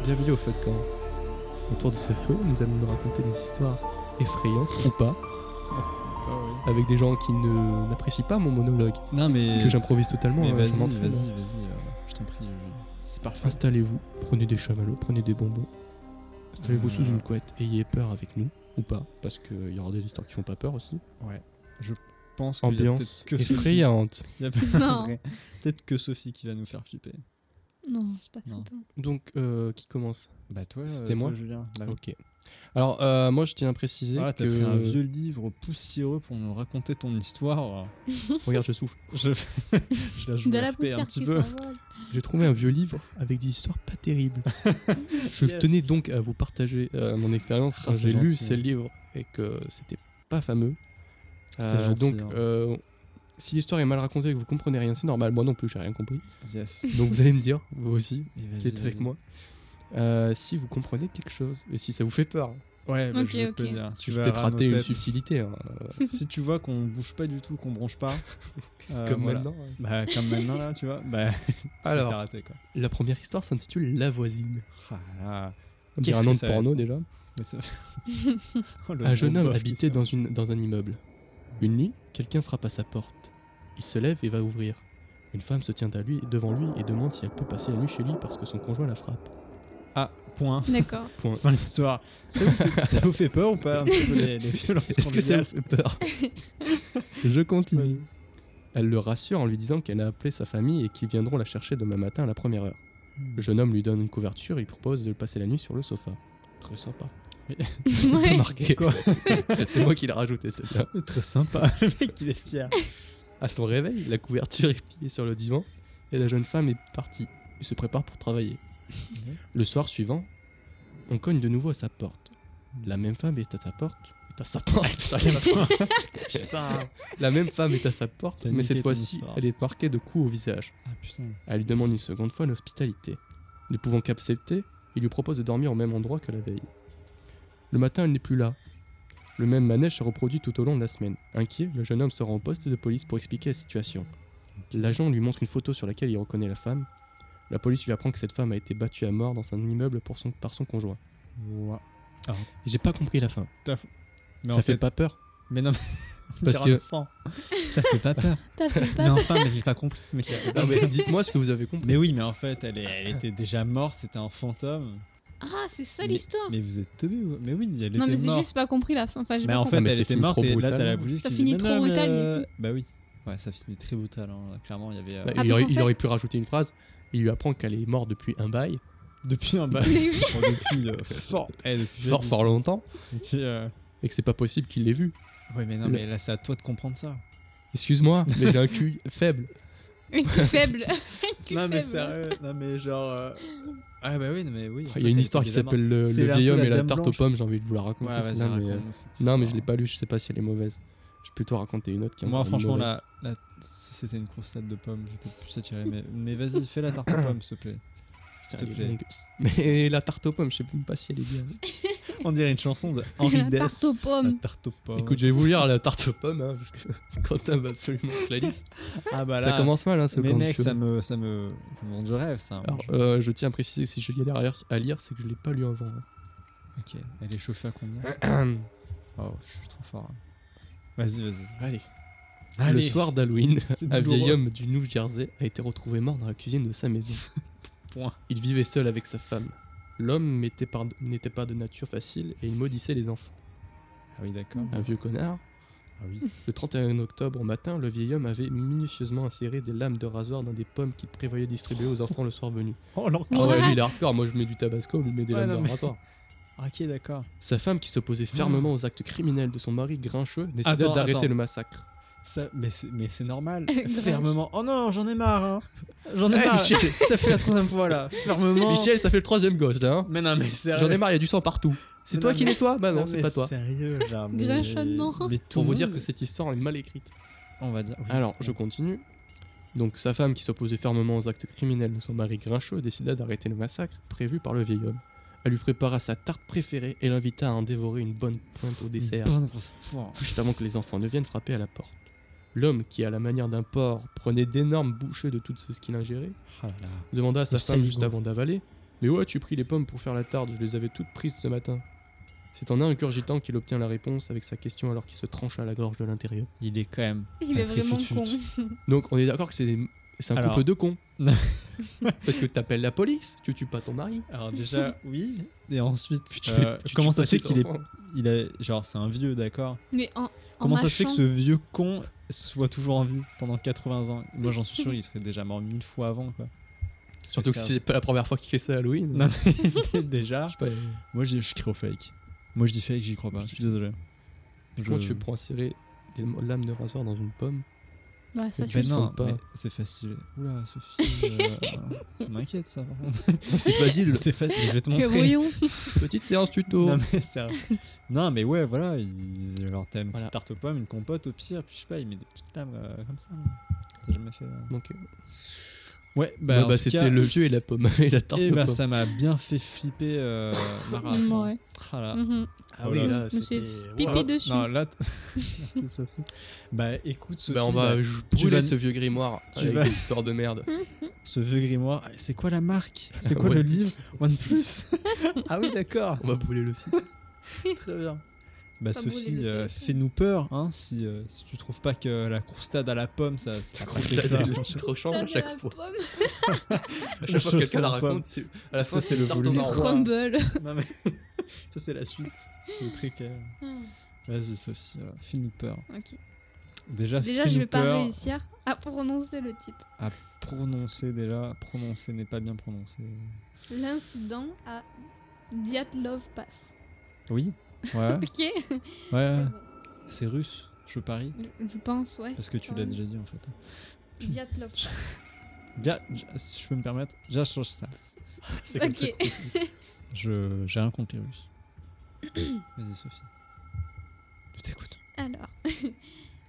S2: Bienvenue au feu de camp. Autour de ce feu, nous allons nous raconter des histoires effrayantes ou pas, Ah avec des gens qui ne n'apprécient pas mon monologue,
S1: Non, mais.
S2: que j'improvise totalement.
S1: Mais
S2: hein,
S1: vas-y,
S2: je m'entraîne.
S1: vas-y, vas-y. euh, je t'en prie. je- C'est parfait.
S2: Installez-vous, prenez des chamallows, prenez des bonbons. Installez-vous
S1: Euh.
S2: sous une couette, ayez peur avec nous, ou pas, parce qu'il y aura des histoires qui font pas peur aussi.
S1: Ouais. Je pense qu'il y a
S2: Ambiance
S1: peut-être que Sophie-
S2: effrayante.
S1: Il y a
S3: Non.
S1: peut-être que Sophie qui va nous faire flipper.
S3: Non, c'est pas
S1: Non.
S3: flippant.
S2: Donc, euh, qui commence
S1: Bah, toi, euh,
S2: C'était moi.
S1: toi, Julien. Bah oui.
S2: Ok. Alors, euh, moi, je tiens à préciser
S1: Ah, t'as
S2: que.
S1: pris un vieux livre poussiéreux pour nous raconter ton histoire.
S2: Regarde, je souffle.
S1: Je, je la joue
S3: De la
S1: RP un
S3: poussière
S1: petit
S3: qui
S1: peu.
S3: s'envole.
S2: J'ai trouvé un vieux livre avec des histoires pas terribles. je
S1: Yes.
S2: tenais donc à vous partager euh, mon expérience
S1: Ah,
S2: quand
S1: c'est
S2: j'ai lu
S1: gentil.
S2: ces livres et que c'était pas fameux.
S1: C'est gentil,
S2: donc,
S1: hein.
S2: euh, si l'histoire est mal racontée et que vous comprenez rien, c'est normal. Moi non plus, j'ai rien compris.
S1: Yes.
S2: Donc vous allez me dire, vous aussi,
S1: Et
S2: qui
S1: vas-y,
S2: êtes avec
S1: vas-y.
S2: moi, euh, si vous comprenez quelque chose et si ça vous fait peur.
S1: Ouais, bah,
S3: Ok,
S1: je vais te
S3: ok.
S1: le dire. Tu
S2: Je
S1: vas
S2: vais peut-être
S1: rater
S2: rater une subtilité. hein, euh,
S1: Si tu vois qu'on bouge pas du tout, qu'on bronche pas, euh,
S2: comme
S1: voilà.
S2: maintenant. hein.
S1: Bah, comme maintenant là, tu vois. Bah, tu
S2: Alors.
S1: t'as raté quoi.
S2: La première histoire s'intitule La voisine.
S1: Ah, là.
S2: On dirait
S1: Qu'est-ce
S2: un nom
S1: que
S2: de
S1: ça va
S2: porno
S1: être
S2: déjà.
S1: Mais ça- Oh, le
S2: Un jeune
S1: gros
S2: homme
S1: bof qui
S2: habitait
S1: sort.
S2: dans, une, dans un immeuble. Une nuit, quelqu'un frappe à sa porte. Il se lève et va ouvrir. Une femme se tient à lui, devant lui et demande si elle peut passer la nuit chez lui parce que son conjoint la frappe.
S1: Ah, point.
S3: D'accord.
S2: Point.
S1: Fin de l'histoire. Ça, vous fait- ça vous fait peur ou pas un petit peu les, les violences
S2: Est-ce que ça vous
S1: conjugales
S2: fait peur Je continue.
S1: Vas-y.
S2: Elle le rassure en lui disant qu'elle a appelé sa famille et qu'ils viendront la chercher demain matin à la première heure. Le jeune homme lui donne une couverture et propose de passer la nuit sur le sofa. Très sympa. C'est pas
S3: Ouais.
S2: marqué.
S1: Quoi
S2: C'est moi qui l'ai rajouté, c'est ça.
S1: C'est très sympa. Le mec, il est fier.
S2: À son réveil, la couverture est pliée sur le divan et la jeune femme est partie. Il se prépare pour travailler. Le soir suivant, on cogne de nouveau à sa porte. La même femme est à sa porte. Est à sa porte. ça vient de-
S1: Putain.
S2: la même femme est à sa porte,
S1: T'as
S2: mais
S1: niqué
S2: cette
S1: ton
S2: fois-ci,
S1: histoire.
S2: elle est marquée de coups au visage.
S1: Ah, putain.
S2: Elle lui demande une seconde fois l'hospitalité. Ne pouvant qu'accepter, il lui propose de dormir au même endroit que la veille. Le matin, elle n'est plus là. Le même manège se reproduit tout au long de la semaine. Inquiet, le jeune homme se rend au poste de police pour expliquer la situation. L'agent lui montre une photo sur laquelle il reconnaît la femme. La police lui apprend que cette femme a été battue à mort dans un immeuble pour son- par son conjoint.
S1: Ouah.
S2: J'ai pas compris la fin.
S1: Mais
S2: Ça
S1: en
S2: fait, pas peur.
S1: Mais non, mais- on
S2: Parce
S1: dirait un
S2: que-
S1: enfant. Ça fait pas peur.
S3: T'as fait
S1: mais
S3: pas
S1: enfin, mais j'ai pas compris. Mais, j'ai-
S2: Non, mais dites-moi ce que vous avez compris.
S1: Mais oui, mais en fait, elle, est- elle était déjà morte, c'était un fantôme.
S3: Ah, c'est ça l'histoire.
S1: Mais vous êtes teubés ou Mais oui, elle
S3: Non,
S1: était
S3: mais j'ai
S1: morte.
S3: juste pas compris la fin. Enfin, j'ai
S1: mais
S3: pas
S1: en fait,
S2: compris. Mais
S1: elle
S2: ça
S1: était
S2: finit
S1: morte
S2: trop
S1: et là, t'as la
S2: brutalement.
S1: police
S3: Ça
S1: qui
S3: finit
S1: dit, mais
S3: trop
S1: non, mais,
S3: brutal,
S1: euh, Bah oui. Ouais, ça finit très brutal. hein. Clairement, il y avait. euh,
S2: il,
S3: donc,
S2: aurait,
S3: en
S2: il
S3: fait-
S2: aurait pu rajouter une phrase. Il lui apprend qu'elle est morte depuis un bail.
S1: Depuis un bail.
S3: Mais oui.
S1: Enfin, depuis euh, fort. eh, depuis
S2: Fort,
S1: jadis.
S2: fort longtemps.
S1: Depuis, euh,
S2: Et que c'est pas possible qu'il l'ait vue.
S1: Ouais, mais non,
S2: Le-
S1: mais là, c'est à toi de comprendre ça.
S2: Excuse-moi, mais j'ai un cul faible.
S3: compris. Une faible. Un cul
S1: Non, mais
S3: faible.
S1: sérieux. Non, mais genre. euh, Ah, bah oui, non, mais oui. en
S2: Il y
S1: fait,
S2: a une
S1: elle
S2: histoire
S1: était
S2: qui
S1: déjà morte.
S2: s'appelle Le,
S1: C'est
S2: le
S1: un
S2: vieil
S1: peu
S2: homme
S1: la
S2: et la
S1: Dame
S2: tarte aux
S1: Blanche.
S2: pommes, j'ai envie de vous la raconter.
S1: Ouais, vas-y,
S2: celle-là, mais, euh,
S1: raconte-nous cette
S2: non, mais
S1: histoire.
S2: je l'ai pas lu, je sais pas si elle est mauvaise. Je vais plutôt raconter une autre qui est
S1: Moi,
S2: encore
S1: franchement,
S2: mauvaise.
S1: la, la- si c'était une grosse tête de pomme, j'étais plus attiré. Mais, mais vas-y, fais la tarte aux pommes, s'il te plaît. s'il
S2: Putain,
S1: te
S2: elle est
S1: plaît.
S2: longue. Mais la tarte aux pommes, je sais même pas si elle est bien.
S1: On dirait une chanson de Henri
S3: La tarte
S1: Dess.
S3: aux
S1: La
S3: pommes.
S1: tarte aux pommes.
S2: Écoute, je vais vous lire la tarte aux pommes, hein, parce que Quentin va absolument que je la lise.
S1: ah bah
S2: Ça commence mal, hein, ce
S1: Mais
S2: camp de
S1: mec,
S2: feu.
S1: ça me, ça me, ça me rend du rêve, ça. hein,
S2: Alors, euh, je tiens à préciser que si je galère à lire, à lire, c'est que je l'ai pas lu avant.
S1: Ok, elle est chauffée à combien ça
S2: hein.
S1: Oh, je suis trop fort. hein. Vas-y, vas-y.
S2: Allez.
S1: Allez.
S2: Le soir d'Halloween,
S1: C'est
S2: un vieil
S1: douloureux.
S2: homme du New Jersey a été retrouvé mort dans la cuisine de sa maison.
S1: Point.
S2: Il vivait seul avec sa femme. L'homme n'était par- n'était pas de nature facile et il maudissait les enfants.
S1: Ah oui, d'accord.
S2: Un vieux connard.
S1: Ah oui.
S2: Le 31 octobre au matin, le vieil homme avait minutieusement inséré des lames de rasoir dans des pommes qu'il prévoyait distribuer aux enfants le soir venu.
S1: Oh l'enculé.
S2: Ah ouais, lui, il est
S3: What
S2: hardcore. Moi, je mets du tabasco, lui met des
S1: Ouais,
S2: lames
S1: Ah, non,
S2: de
S1: mais-
S2: rasoir.
S1: Ok, d'accord.
S2: Sa femme, qui s'opposait fermement aux actes criminels de son mari grincheux, décida
S1: Attends,
S2: d'arrêter
S1: attends.
S2: le massacre.
S1: Ça, mais c'est mais c'est normal.
S3: Grave.
S1: Fermement. Oh non, j'en ai marre. hein. J'en ai
S2: Eh,
S1: marre.
S2: Michel.
S1: Ça fait la troisième fois là. Fermement.
S2: Michel, ça fait le troisième gosse, là, hein
S1: Mais non, mais sérieux.
S2: J'en ai marre, il y a du sang partout. C'est
S1: Non,
S2: toi
S1: non,
S2: qui
S1: mais-
S2: nettoies Bah non,
S1: mais
S2: c'est pas toi.
S1: Sérieux, genre. mais-
S3: Grinchonnement.
S1: Mais tout
S2: Pour vous
S1: le
S2: dire
S1: monde- Ah,
S2: que cette histoire est mal écrite.
S1: On va dire. oui.
S2: Alors, je continue. Donc, sa femme, qui s'opposait fermement aux actes criminels de son mari grincheux, décida d'arrêter le massacre prévu par le vieil homme. Elle lui prépara sa tarte préférée et l'invita à en dévorer une bonne pointe au dessert,
S1: Bonne grosse pointe.
S2: juste avant que les enfants ne viennent frapper à la porte. L'homme, qui à la manière d'un porc prenait d'énormes bouchées de tout ce qu'il ingérait,
S1: Oh là là.
S2: demanda à sa
S1: Le
S2: femme juste
S1: saligo.
S2: avant d'avaler Mais où as-tu pris les pommes pour faire la tarde Je les avais toutes prises ce matin. C'est en ingurgitant qu'il obtient la réponse avec sa question alors qu'il se tranche à la gorge de l'intérieur.
S1: Il est quand même.
S3: Il est
S1: Patrick
S3: vraiment
S1: Fut-Fut.
S3: con.
S2: Donc on est d'accord que c'est c'est un
S1: Alors-
S2: couple de cons. Parce que t'appelles la police, tu tues pas ton mari.
S1: Alors déjà, oui. Et ensuite,
S2: tu
S1: euh,
S2: fais- tu
S1: comment
S2: tues
S1: ça
S2: pas
S1: se fait
S2: tes
S1: qu'il est,
S2: enfants.
S1: il est, genre, c'est un vieux, d'accord.
S3: Mais en, en
S1: Comment ça se fait que
S3: mâchant-
S1: ce vieux con soit toujours en vie pendant 80 ans Moi, j'en suis sûr, il serait déjà mort mille fois avant, quoi. Parce
S2: Surtout que
S1: ça-
S2: c'est pas la première fois qu'il fait ça à Halloween.
S1: Non, mais déjà.
S2: Je sais pas, euh,
S1: Moi, je, je crée au fake. Moi, je dis fake, j'y crois pas. Je suis désolé.
S2: Comment tu fais pour insérer des lames de rasoir dans une pomme
S3: Bah, ça,
S2: Ben
S3: c'est-
S1: Ben non,
S2: sens pas.
S1: mais c'est facile. Oula, Sophie, euh, ça m'inquiète ça. par contre.
S2: C'est facile.
S1: C'est fa- mais Je vais te
S3: Que
S1: montrer.
S3: voyons.
S2: Petite séance tuto.
S1: Non mais, sérieux. non mais ouais voilà, il- genre t'as une
S2: Voilà.
S1: petite tarte aux pommes, une compote au pire, puis je sais pas, il met des petites lames euh, comme ça. T'as jamais fait... euh.
S2: Donc, euh,
S1: Ouais
S2: bah,
S1: bah, en
S2: bah,
S1: tout
S2: c'était
S1: cas,
S2: le vieux et la pomme et la tarte.
S1: Et
S2: aux
S1: bah
S2: pommes.
S1: ça m'a bien fait flipper euh, ma race. hein.
S3: Ouais.
S1: Ah là.
S3: Mhm.
S2: Ah
S1: Oh
S2: oui,
S1: là
S2: là,
S3: là.
S2: c'était.
S3: Monsieur
S2: Waouh.
S3: Pipi dessus.
S1: Non là... t- Merci Sophie. Bah écoute Sophie,
S2: Bah, on va
S1: bah,
S2: je- brûler
S1: vas-
S2: ce vieux grimoire
S1: tu
S2: avec
S1: vas-
S2: des histoires de merde.
S1: ce vieux grimoire, c'est quoi la marque C'est
S2: Ah
S1: quoi
S2: ouais.
S1: le livre One Plus Ah oui d'accord
S2: On va brûler le site.
S1: Très bien. Bah
S3: Pas brûler
S1: Sophie,
S3: le
S1: euh,
S3: téléphone.
S1: fais-nous peur, hein, si, euh, si tu trouves pas que la croustade à la pomme, ça, ça t'apporte
S2: Constater
S1: pas.
S2: le titre change à chaque fois. À
S1: La
S2: chaque fois que quelqu'un
S1: chausson
S2: la
S1: en pomme.
S2: raconte, c'est. À la
S1: Ça,
S2: fin,
S1: c'est
S2: c'est
S1: le
S2: le tarte au
S1: volume
S2: marron.
S1: trois.
S3: Crumble.
S1: Non, mais ça c'est la suite, le préquel.
S3: Ah.
S1: Vas-y Sophie, euh, fais-nous peur.
S3: Ok.
S1: Déjà,
S3: Déjà,
S1: fais-nous
S3: je vais pas
S1: peur.
S3: réussir à prononcer le titre.
S1: Prononcer déjà, prononcer n'est pas bien prononcé.
S3: L'incident à Diatlov Pass.
S1: Oui, ouais,
S3: Ok.
S1: ouais,
S3: C'est bon.
S1: c'est russe, je parie,
S3: Je pense, ouais.
S1: parce que tu l'as
S3: Ouais.
S1: déjà dit en fait. Mm.
S3: Diatlov Pass.
S1: Bien, j- si je peux me permettre, déjà je change ça. C'est comme ça
S3: Ok.
S1: qu'on dit. Je j'ai rien contre les Russes. Vas-y Sophie. Je t'écoute.
S3: Alors,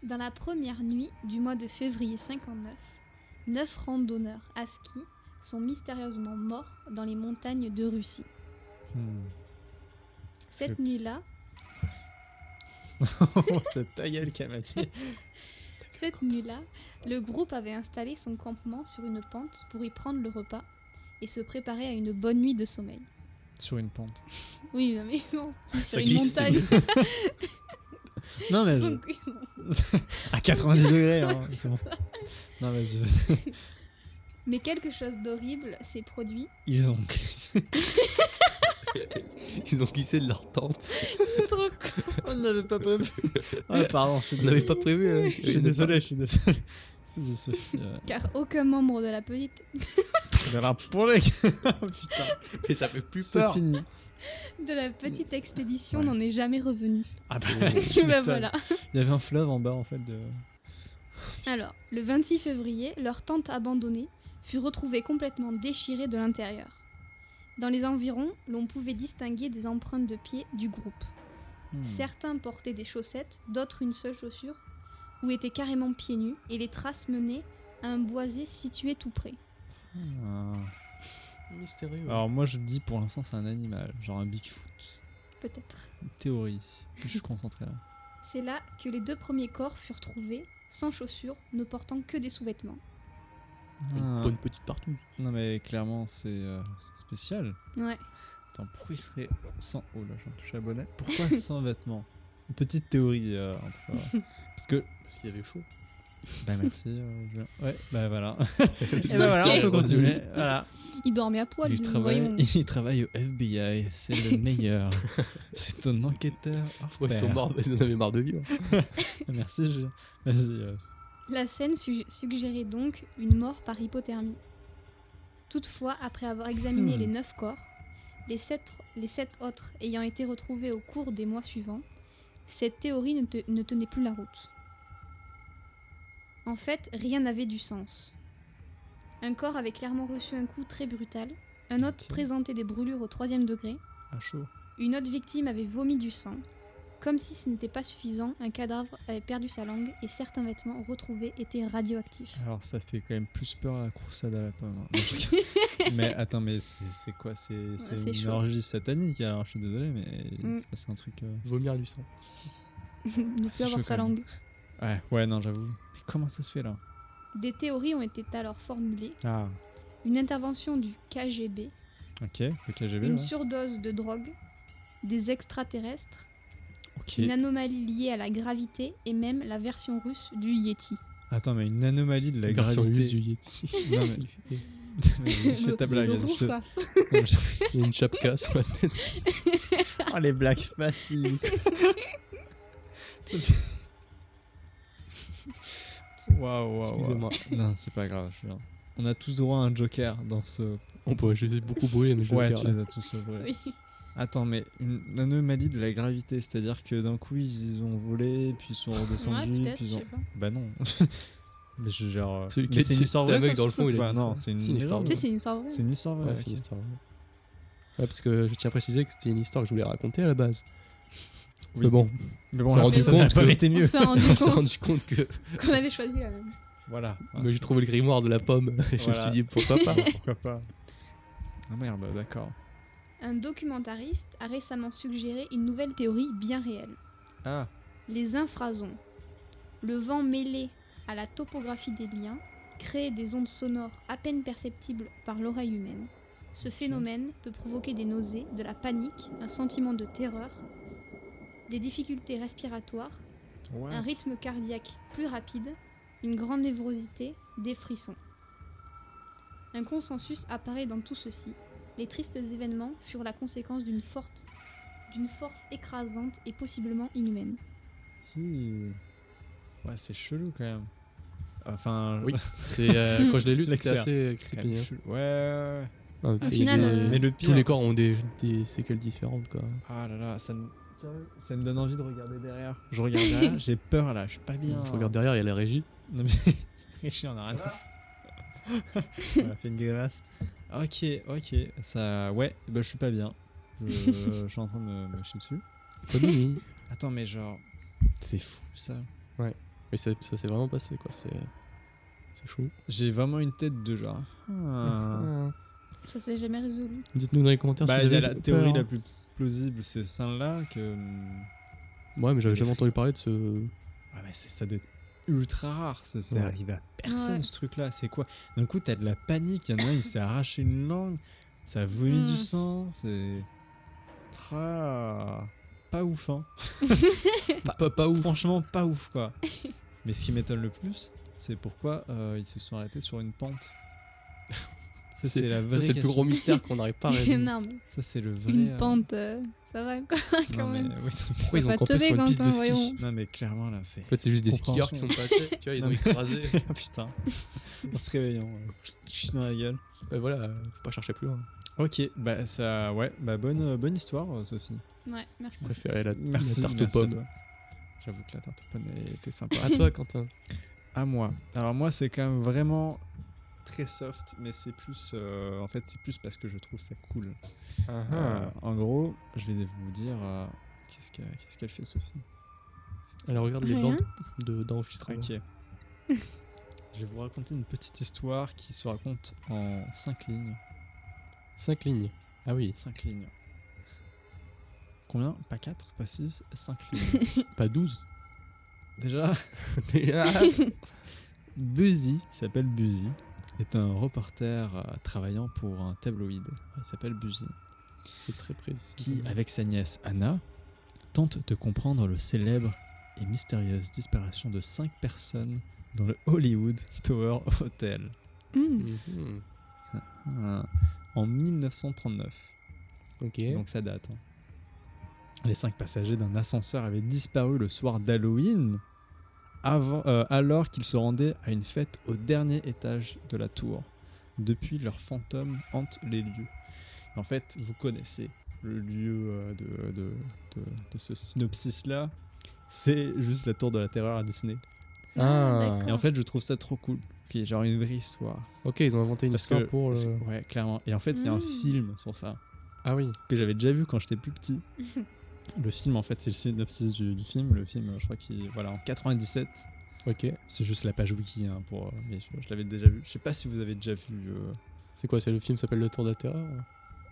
S3: dans la première nuit du mois de février 59, neuf randonneurs à ski sont mystérieusement morts dans les montagnes de Russie.
S1: Hmm.
S3: Cette
S1: Je-
S3: nuit-là,
S1: C'est ta gueule Kamati.
S3: cette nuit-là, le groupe avait installé son campement sur une pente pour y prendre le repas et se préparer à une bonne nuit de sommeil.
S1: Sur une pente.
S3: Oui, non, mais non, ski sur
S2: Ça
S3: une
S2: glisse,
S3: montagne.
S1: Non mais
S3: ils sont- ils sont-
S1: à 90 degrés. hein,
S3: ouais,
S1: c'est
S3: c'est
S1: bon.
S3: ça.
S1: Non vas-y.
S3: Mais quelque chose d'horrible s'est produit.
S1: Ils ont glissé.
S2: Ils ont glissé de leur tente.
S3: Trop
S1: On n'avait pas prévu. Ah pardon, je suis
S2: On n'avait
S1: désolé.
S2: pas prévu. hein.
S1: Je suis désolé, je suis désolé. Vas-y Sophie. euh,
S3: Car aucun membre de la petite
S1: Je vais la pour les Oh, Putain.
S2: Et ça fait plus
S1: C'est
S2: peur.
S1: fini.
S3: de la petite expédition
S1: Ouais.
S3: n'en est jamais revenu.
S1: Ah bah,
S3: Bah
S1: tu m'étonnes.
S3: voilà.
S1: Il y avait un fleuve en bas en fait de.
S3: Alors, le 26 février, leur tente abandonnée fut retrouvée complètement déchirée de l'intérieur. Dans les environs, l'on pouvait distinguer des empreintes de pieds du groupe.
S1: Hmm.
S3: Certains portaient des chaussettes, d'autres une seule chaussure, ou étaient carrément pieds nus, et les traces menaient à un boisé situé tout près.
S1: Ah.
S2: Mystérieux.
S1: Alors moi je dis pour l'instant c'est un animal, genre un Bigfoot.
S3: Peut-être.
S1: Théorie. Je suis concentré là.
S3: C'est là que les deux premiers corps furent trouvés, sans chaussures, ne portant que des sous-vêtements.
S1: Ah.
S2: Une bonne petite partout.
S1: Non mais clairement c'est euh, c'est spécial.
S3: Ouais.
S1: Attends, pourquoi il serait sans... Oh là j'en touche la bonnette. Pourquoi sans vêtements Une petite théorie euh, entre... euh, Parce que
S2: Parce qu'il y avait chaud.
S1: Bah merci. euh, je- Ouais, bah voilà. Et
S3: Ok.
S1: bah voilà, on peut continuer. Voilà.
S3: Il dormait à poil,
S1: Il
S3: lui,
S1: travaille,
S3: voyons.
S1: il travaille au FBI, c'est le meilleur. c'est un enquêteur. hors
S2: Ouais, ils sont
S1: pair.
S2: morts, ils en avaient marre de vivre.
S1: Merci, je... Vas-y. euh,
S3: La scène su- suggérait donc une mort par hypothermie. Toutefois, après avoir examiné
S1: Hmm.
S3: les neuf corps, les sept, les sept autres ayant été retrouvés au cours des mois suivants, cette théorie ne, te- ne tenait plus la route. En fait, rien n'avait du sens. Un corps avait clairement reçu un coup très brutal, un autre
S2: Ok.
S3: présentait des brûlures au troisième degré,
S2: Ah, chaud.
S3: une autre victime avait vomi du sang. Comme si ce n'était pas suffisant, un cadavre avait perdu sa langue et certains vêtements retrouvés étaient radioactifs.
S1: Alors ça fait quand même plus peur à la crousade à la pomme. hein. Non, je- mais attends, mais c'est c'est quoi C'est c'est
S3: c'est
S1: une
S3: chaud.
S1: orgie satanique alors je suis désolé mais
S3: Mm.
S1: il s'est passé un truc... euh,
S2: Vomir du sang.
S1: Ah, c'est
S3: ne plus avoir
S1: chaud
S3: sa
S1: quand même.
S3: langue.
S1: Ouais, ouais non j'avoue. Mais comment ça se fait là
S3: Des théories ont été alors formulées.
S1: Ah,
S3: Une intervention du KGB,
S1: ok, le KGB.
S3: une
S1: ouais.
S3: surdose de drogue, des extraterrestres,
S1: Ok.
S3: une anomalie liée à la gravité et même la version russe du Yeti.
S1: Attends, mais une anomalie de la
S2: Version russe
S1: gravité.
S2: du Yeti.
S1: Non mais... mais je fais ta blague.
S3: Le
S1: je
S3: rouge,
S1: te-
S3: quoi.
S1: Non, je-
S2: Il y a une chapka sur la tête.
S1: Oh les blagues faciles. Waouh, waouh.
S2: Excusez-moi.
S1: waouh. Non, c'est pas grave. je suis là. On a tous droit à un joker dans ce.
S2: On peut, je les ai beaucoup brûlés, mais je vais
S1: Ouais,
S2: le
S1: tu
S2: faire.
S1: les as tous brûlés.
S3: Oui.
S1: Attends, mais une anomalie de la gravité, c'est-à-dire que d'un coup ils ont volé, puis ils sont redescendus,
S3: Ouais, peut-être,
S1: puis
S3: je
S1: ils ont.
S3: sais pas.
S1: Bah non. mais je genre.
S2: Celui
S1: mais
S2: qui a
S1: c'est
S2: dit-
S1: une histoire
S2: c'était
S1: vraie.
S2: aveugle
S1: ça,
S2: dans le
S1: ce
S2: fond,
S1: truc,
S2: il a
S1: quoi.
S2: dit
S1: Non,
S2: ça.
S1: c'est une,
S2: C'est une histoire
S3: Tu sais, c'est une histoire vraie.
S1: C'est une histoire vraie.
S2: Ouais,
S1: ok.
S2: c'est une histoire. Ouais. Ouais, parce que je tiens à préciser que c'était une histoire que je voulais raconter à la base.
S1: Oui.
S2: Mais bon,
S1: Mais bon,
S2: On s'est
S1: la
S2: rendu
S1: personne n'a
S2: compte
S1: pas
S2: que-
S1: été
S3: On
S1: mieux.
S3: s'est rendu
S2: on s'est
S3: compte
S2: rendu compte que
S3: qu'on avait choisi la même.
S1: Voilà.
S2: mais j'ai trouvé le grimoire de la pomme. Et je me
S1: Ah, Voilà.
S2: suis dit pourquoi pas.
S1: Pourquoi pas Ah merde, d'accord.
S3: Un documentariste a récemment suggéré une nouvelle théorie bien réelle.
S1: Ah,
S3: Les infrasons. Le vent mêlé à la topographie des liens crée des ondes sonores à peine perceptibles par l'oreille humaine. Ce phénomène peut provoquer des nausées, de la panique, un sentiment de terreur, des difficultés respiratoires,
S1: what
S3: un rythme cardiaque plus rapide, une grande névrosité, des frissons. Un consensus apparaît dans tout ceci. Les tristes événements furent la conséquence d'une forte d'une force écrasante et possiblement inhumaine.
S1: Si. Ouais, c'est chelou quand même. Enfin,
S2: Oui, c'est euh, quand je l'ai lu, c'était
S1: L'expert.
S2: assez
S1: c'est quand même
S2: exceptionnel.
S1: chelou. Ouais, ouais, ouais.
S2: Non, Ah, c'est-
S3: final,
S2: il y a des-
S3: euh,
S1: Mais le pire.
S2: Tous les corps ont des, des séquelles différentes, quoi.
S1: Ah là là, ça me... sérieux, ça me donne envie de regarder derrière. Je regarde derrière, j'ai peur là, je suis pas bien.
S2: Je regarde derrière, il y a la régie.
S1: Non mais. Réfléchis, on a rien
S3: Ah.
S1: à faire. On a fait une grimace. Ok, ok. Ça. Ouais, bah je suis pas bien. Je, je suis en train de me me chier dessus.
S2: Bonne nuit.
S1: Attends, mais genre. C'est fou ça.
S2: Mais ça, ça s'est vraiment passé, quoi. C'est, c'est chaud.
S1: J'ai vraiment une tête de genre. Ah.
S3: Ça s'est jamais résolu.
S2: Dites-nous dans les commentaires
S1: Bah,
S2: si
S1: il
S2: vous
S1: y a
S2: avez
S1: la
S2: peur,
S1: théorie
S2: hein.
S1: la plus plausible, c'est celle-là que.
S2: Ouais, mais j'avais
S1: Les
S2: jamais entendu parler de ce.
S1: Ah, mais c'est- ça doit être ultra rare, ça, ça
S2: Ouais.
S1: arrive à personne
S3: Ouais.
S1: ce truc-là. C'est quoi D'un coup, t'as de la panique, il y en a un, il s'est arraché une langue, ça vomit
S3: Mm.
S1: du sang, c'est. Ah, pas ouf, hein.
S2: Pas, pas, pas ouf.
S1: Franchement, pas ouf, quoi. mais ce qui m'étonne le plus, c'est pourquoi euh, ils se sont arrêtés sur une pente. Ça, c'est la
S2: ça,
S1: vraie
S2: c'est le plus
S1: question.
S2: gros mystère qu'on n'arrive pas à résoudre.
S3: Énorme.
S1: Ça, c'est le vrai.
S3: Une
S1: euh,
S3: pente, euh, ça va quoi, quand
S1: non, mais-
S3: même.
S1: oui, c'est-
S2: Pourquoi
S3: Ça
S2: ils ont
S3: va
S2: campé
S3: teubé,
S2: sur une piste de
S3: Quentin,
S2: ski
S3: voyons.
S1: non, mais clairement, là, c'est.
S2: En fait, c'est juste des skieurs
S1: Compréhension.
S2: qui sont passés, tu vois, ils
S1: Non,
S2: ont
S1: mais-
S2: écrasé.
S1: Putain, en se réveillant, euh, dans la gueule.
S2: bah voilà, euh, faut pas chercher plus loin.
S1: Ok, bah ça, ouais, bah bonne, euh, bonne histoire, euh, Sophie.
S3: Ouais, merci.
S2: Préférer la,
S1: Merci.
S2: la tarte
S1: merci
S2: aux
S1: à
S2: pommes.
S1: toi. J'avoue que la tarte aux pommes elle était sympa.
S2: À toi, Quentin.
S1: à moi. Alors moi, c'est quand même vraiment très soft, mais c'est plus, euh, en fait, c'est plus parce que je trouve ça cool. Euh, en gros, je vais vous dire euh, qu'est-ce qu'a- qu'est-ce qu'elle fait, Sophie.
S2: Alors, regarde les
S3: Rien.
S2: bandes de, d'enregistrement.
S1: Ok. Je vais vous raconter une petite histoire qui se raconte en cinq lignes.
S2: 5 lignes. Ah oui,
S1: 5 lignes. Combien Pas 4, pas 6, 5 lignes.
S2: pas 12.
S1: Déjà,
S2: T'es là.
S1: Buzzy, qui s'appelle Buzzy, est un reporter euh, travaillant pour un tabloïd. Il s'appelle Buzzy.
S2: c'est très précis.
S1: Qui, avec sa nièce Anna, tente de comprendre le célèbre et mystérieuse disparition de 5 personnes dans le Hollywood Tower Hotel
S3: Hmm.
S2: Mhm.
S1: Ah, en 1939.
S2: Ok.
S1: Donc ça date. hein. Les cinq passagers d'un ascenseur avaient disparu le soir d'Halloween avant- euh, alors qu'ils se rendaient à une fête au dernier étage de la tour. Depuis, leurs fantômes hantent les lieux. En fait, vous connaissez le lieu euh, de, de, de- de ce synopsis-là. C'est juste la tour de la terreur à Disney.
S2: Ah.
S1: Et en fait, je trouve ça trop cool. Qui est genre une vraie histoire.
S2: ok, ils ont inventé une
S1: Parce
S2: histoire
S1: que.
S2: pour le.
S1: Ouais, clairement. Et en fait, il y a un
S3: Mm.
S1: film sur ça
S2: Ah oui.
S1: que j'avais déjà vu quand j'étais plus petit. le film, en fait, c'est le synopsis du, du film. Le film, je crois qu'il. Voilà, en 97.
S2: Ok.
S1: C'est juste la page wiki, hein, pour, euh, mais je, je l'avais déjà vu. Je sais pas si vous avez déjà vu euh,
S2: C'est quoi C'est le film s'appelle Le Tour de la Terreur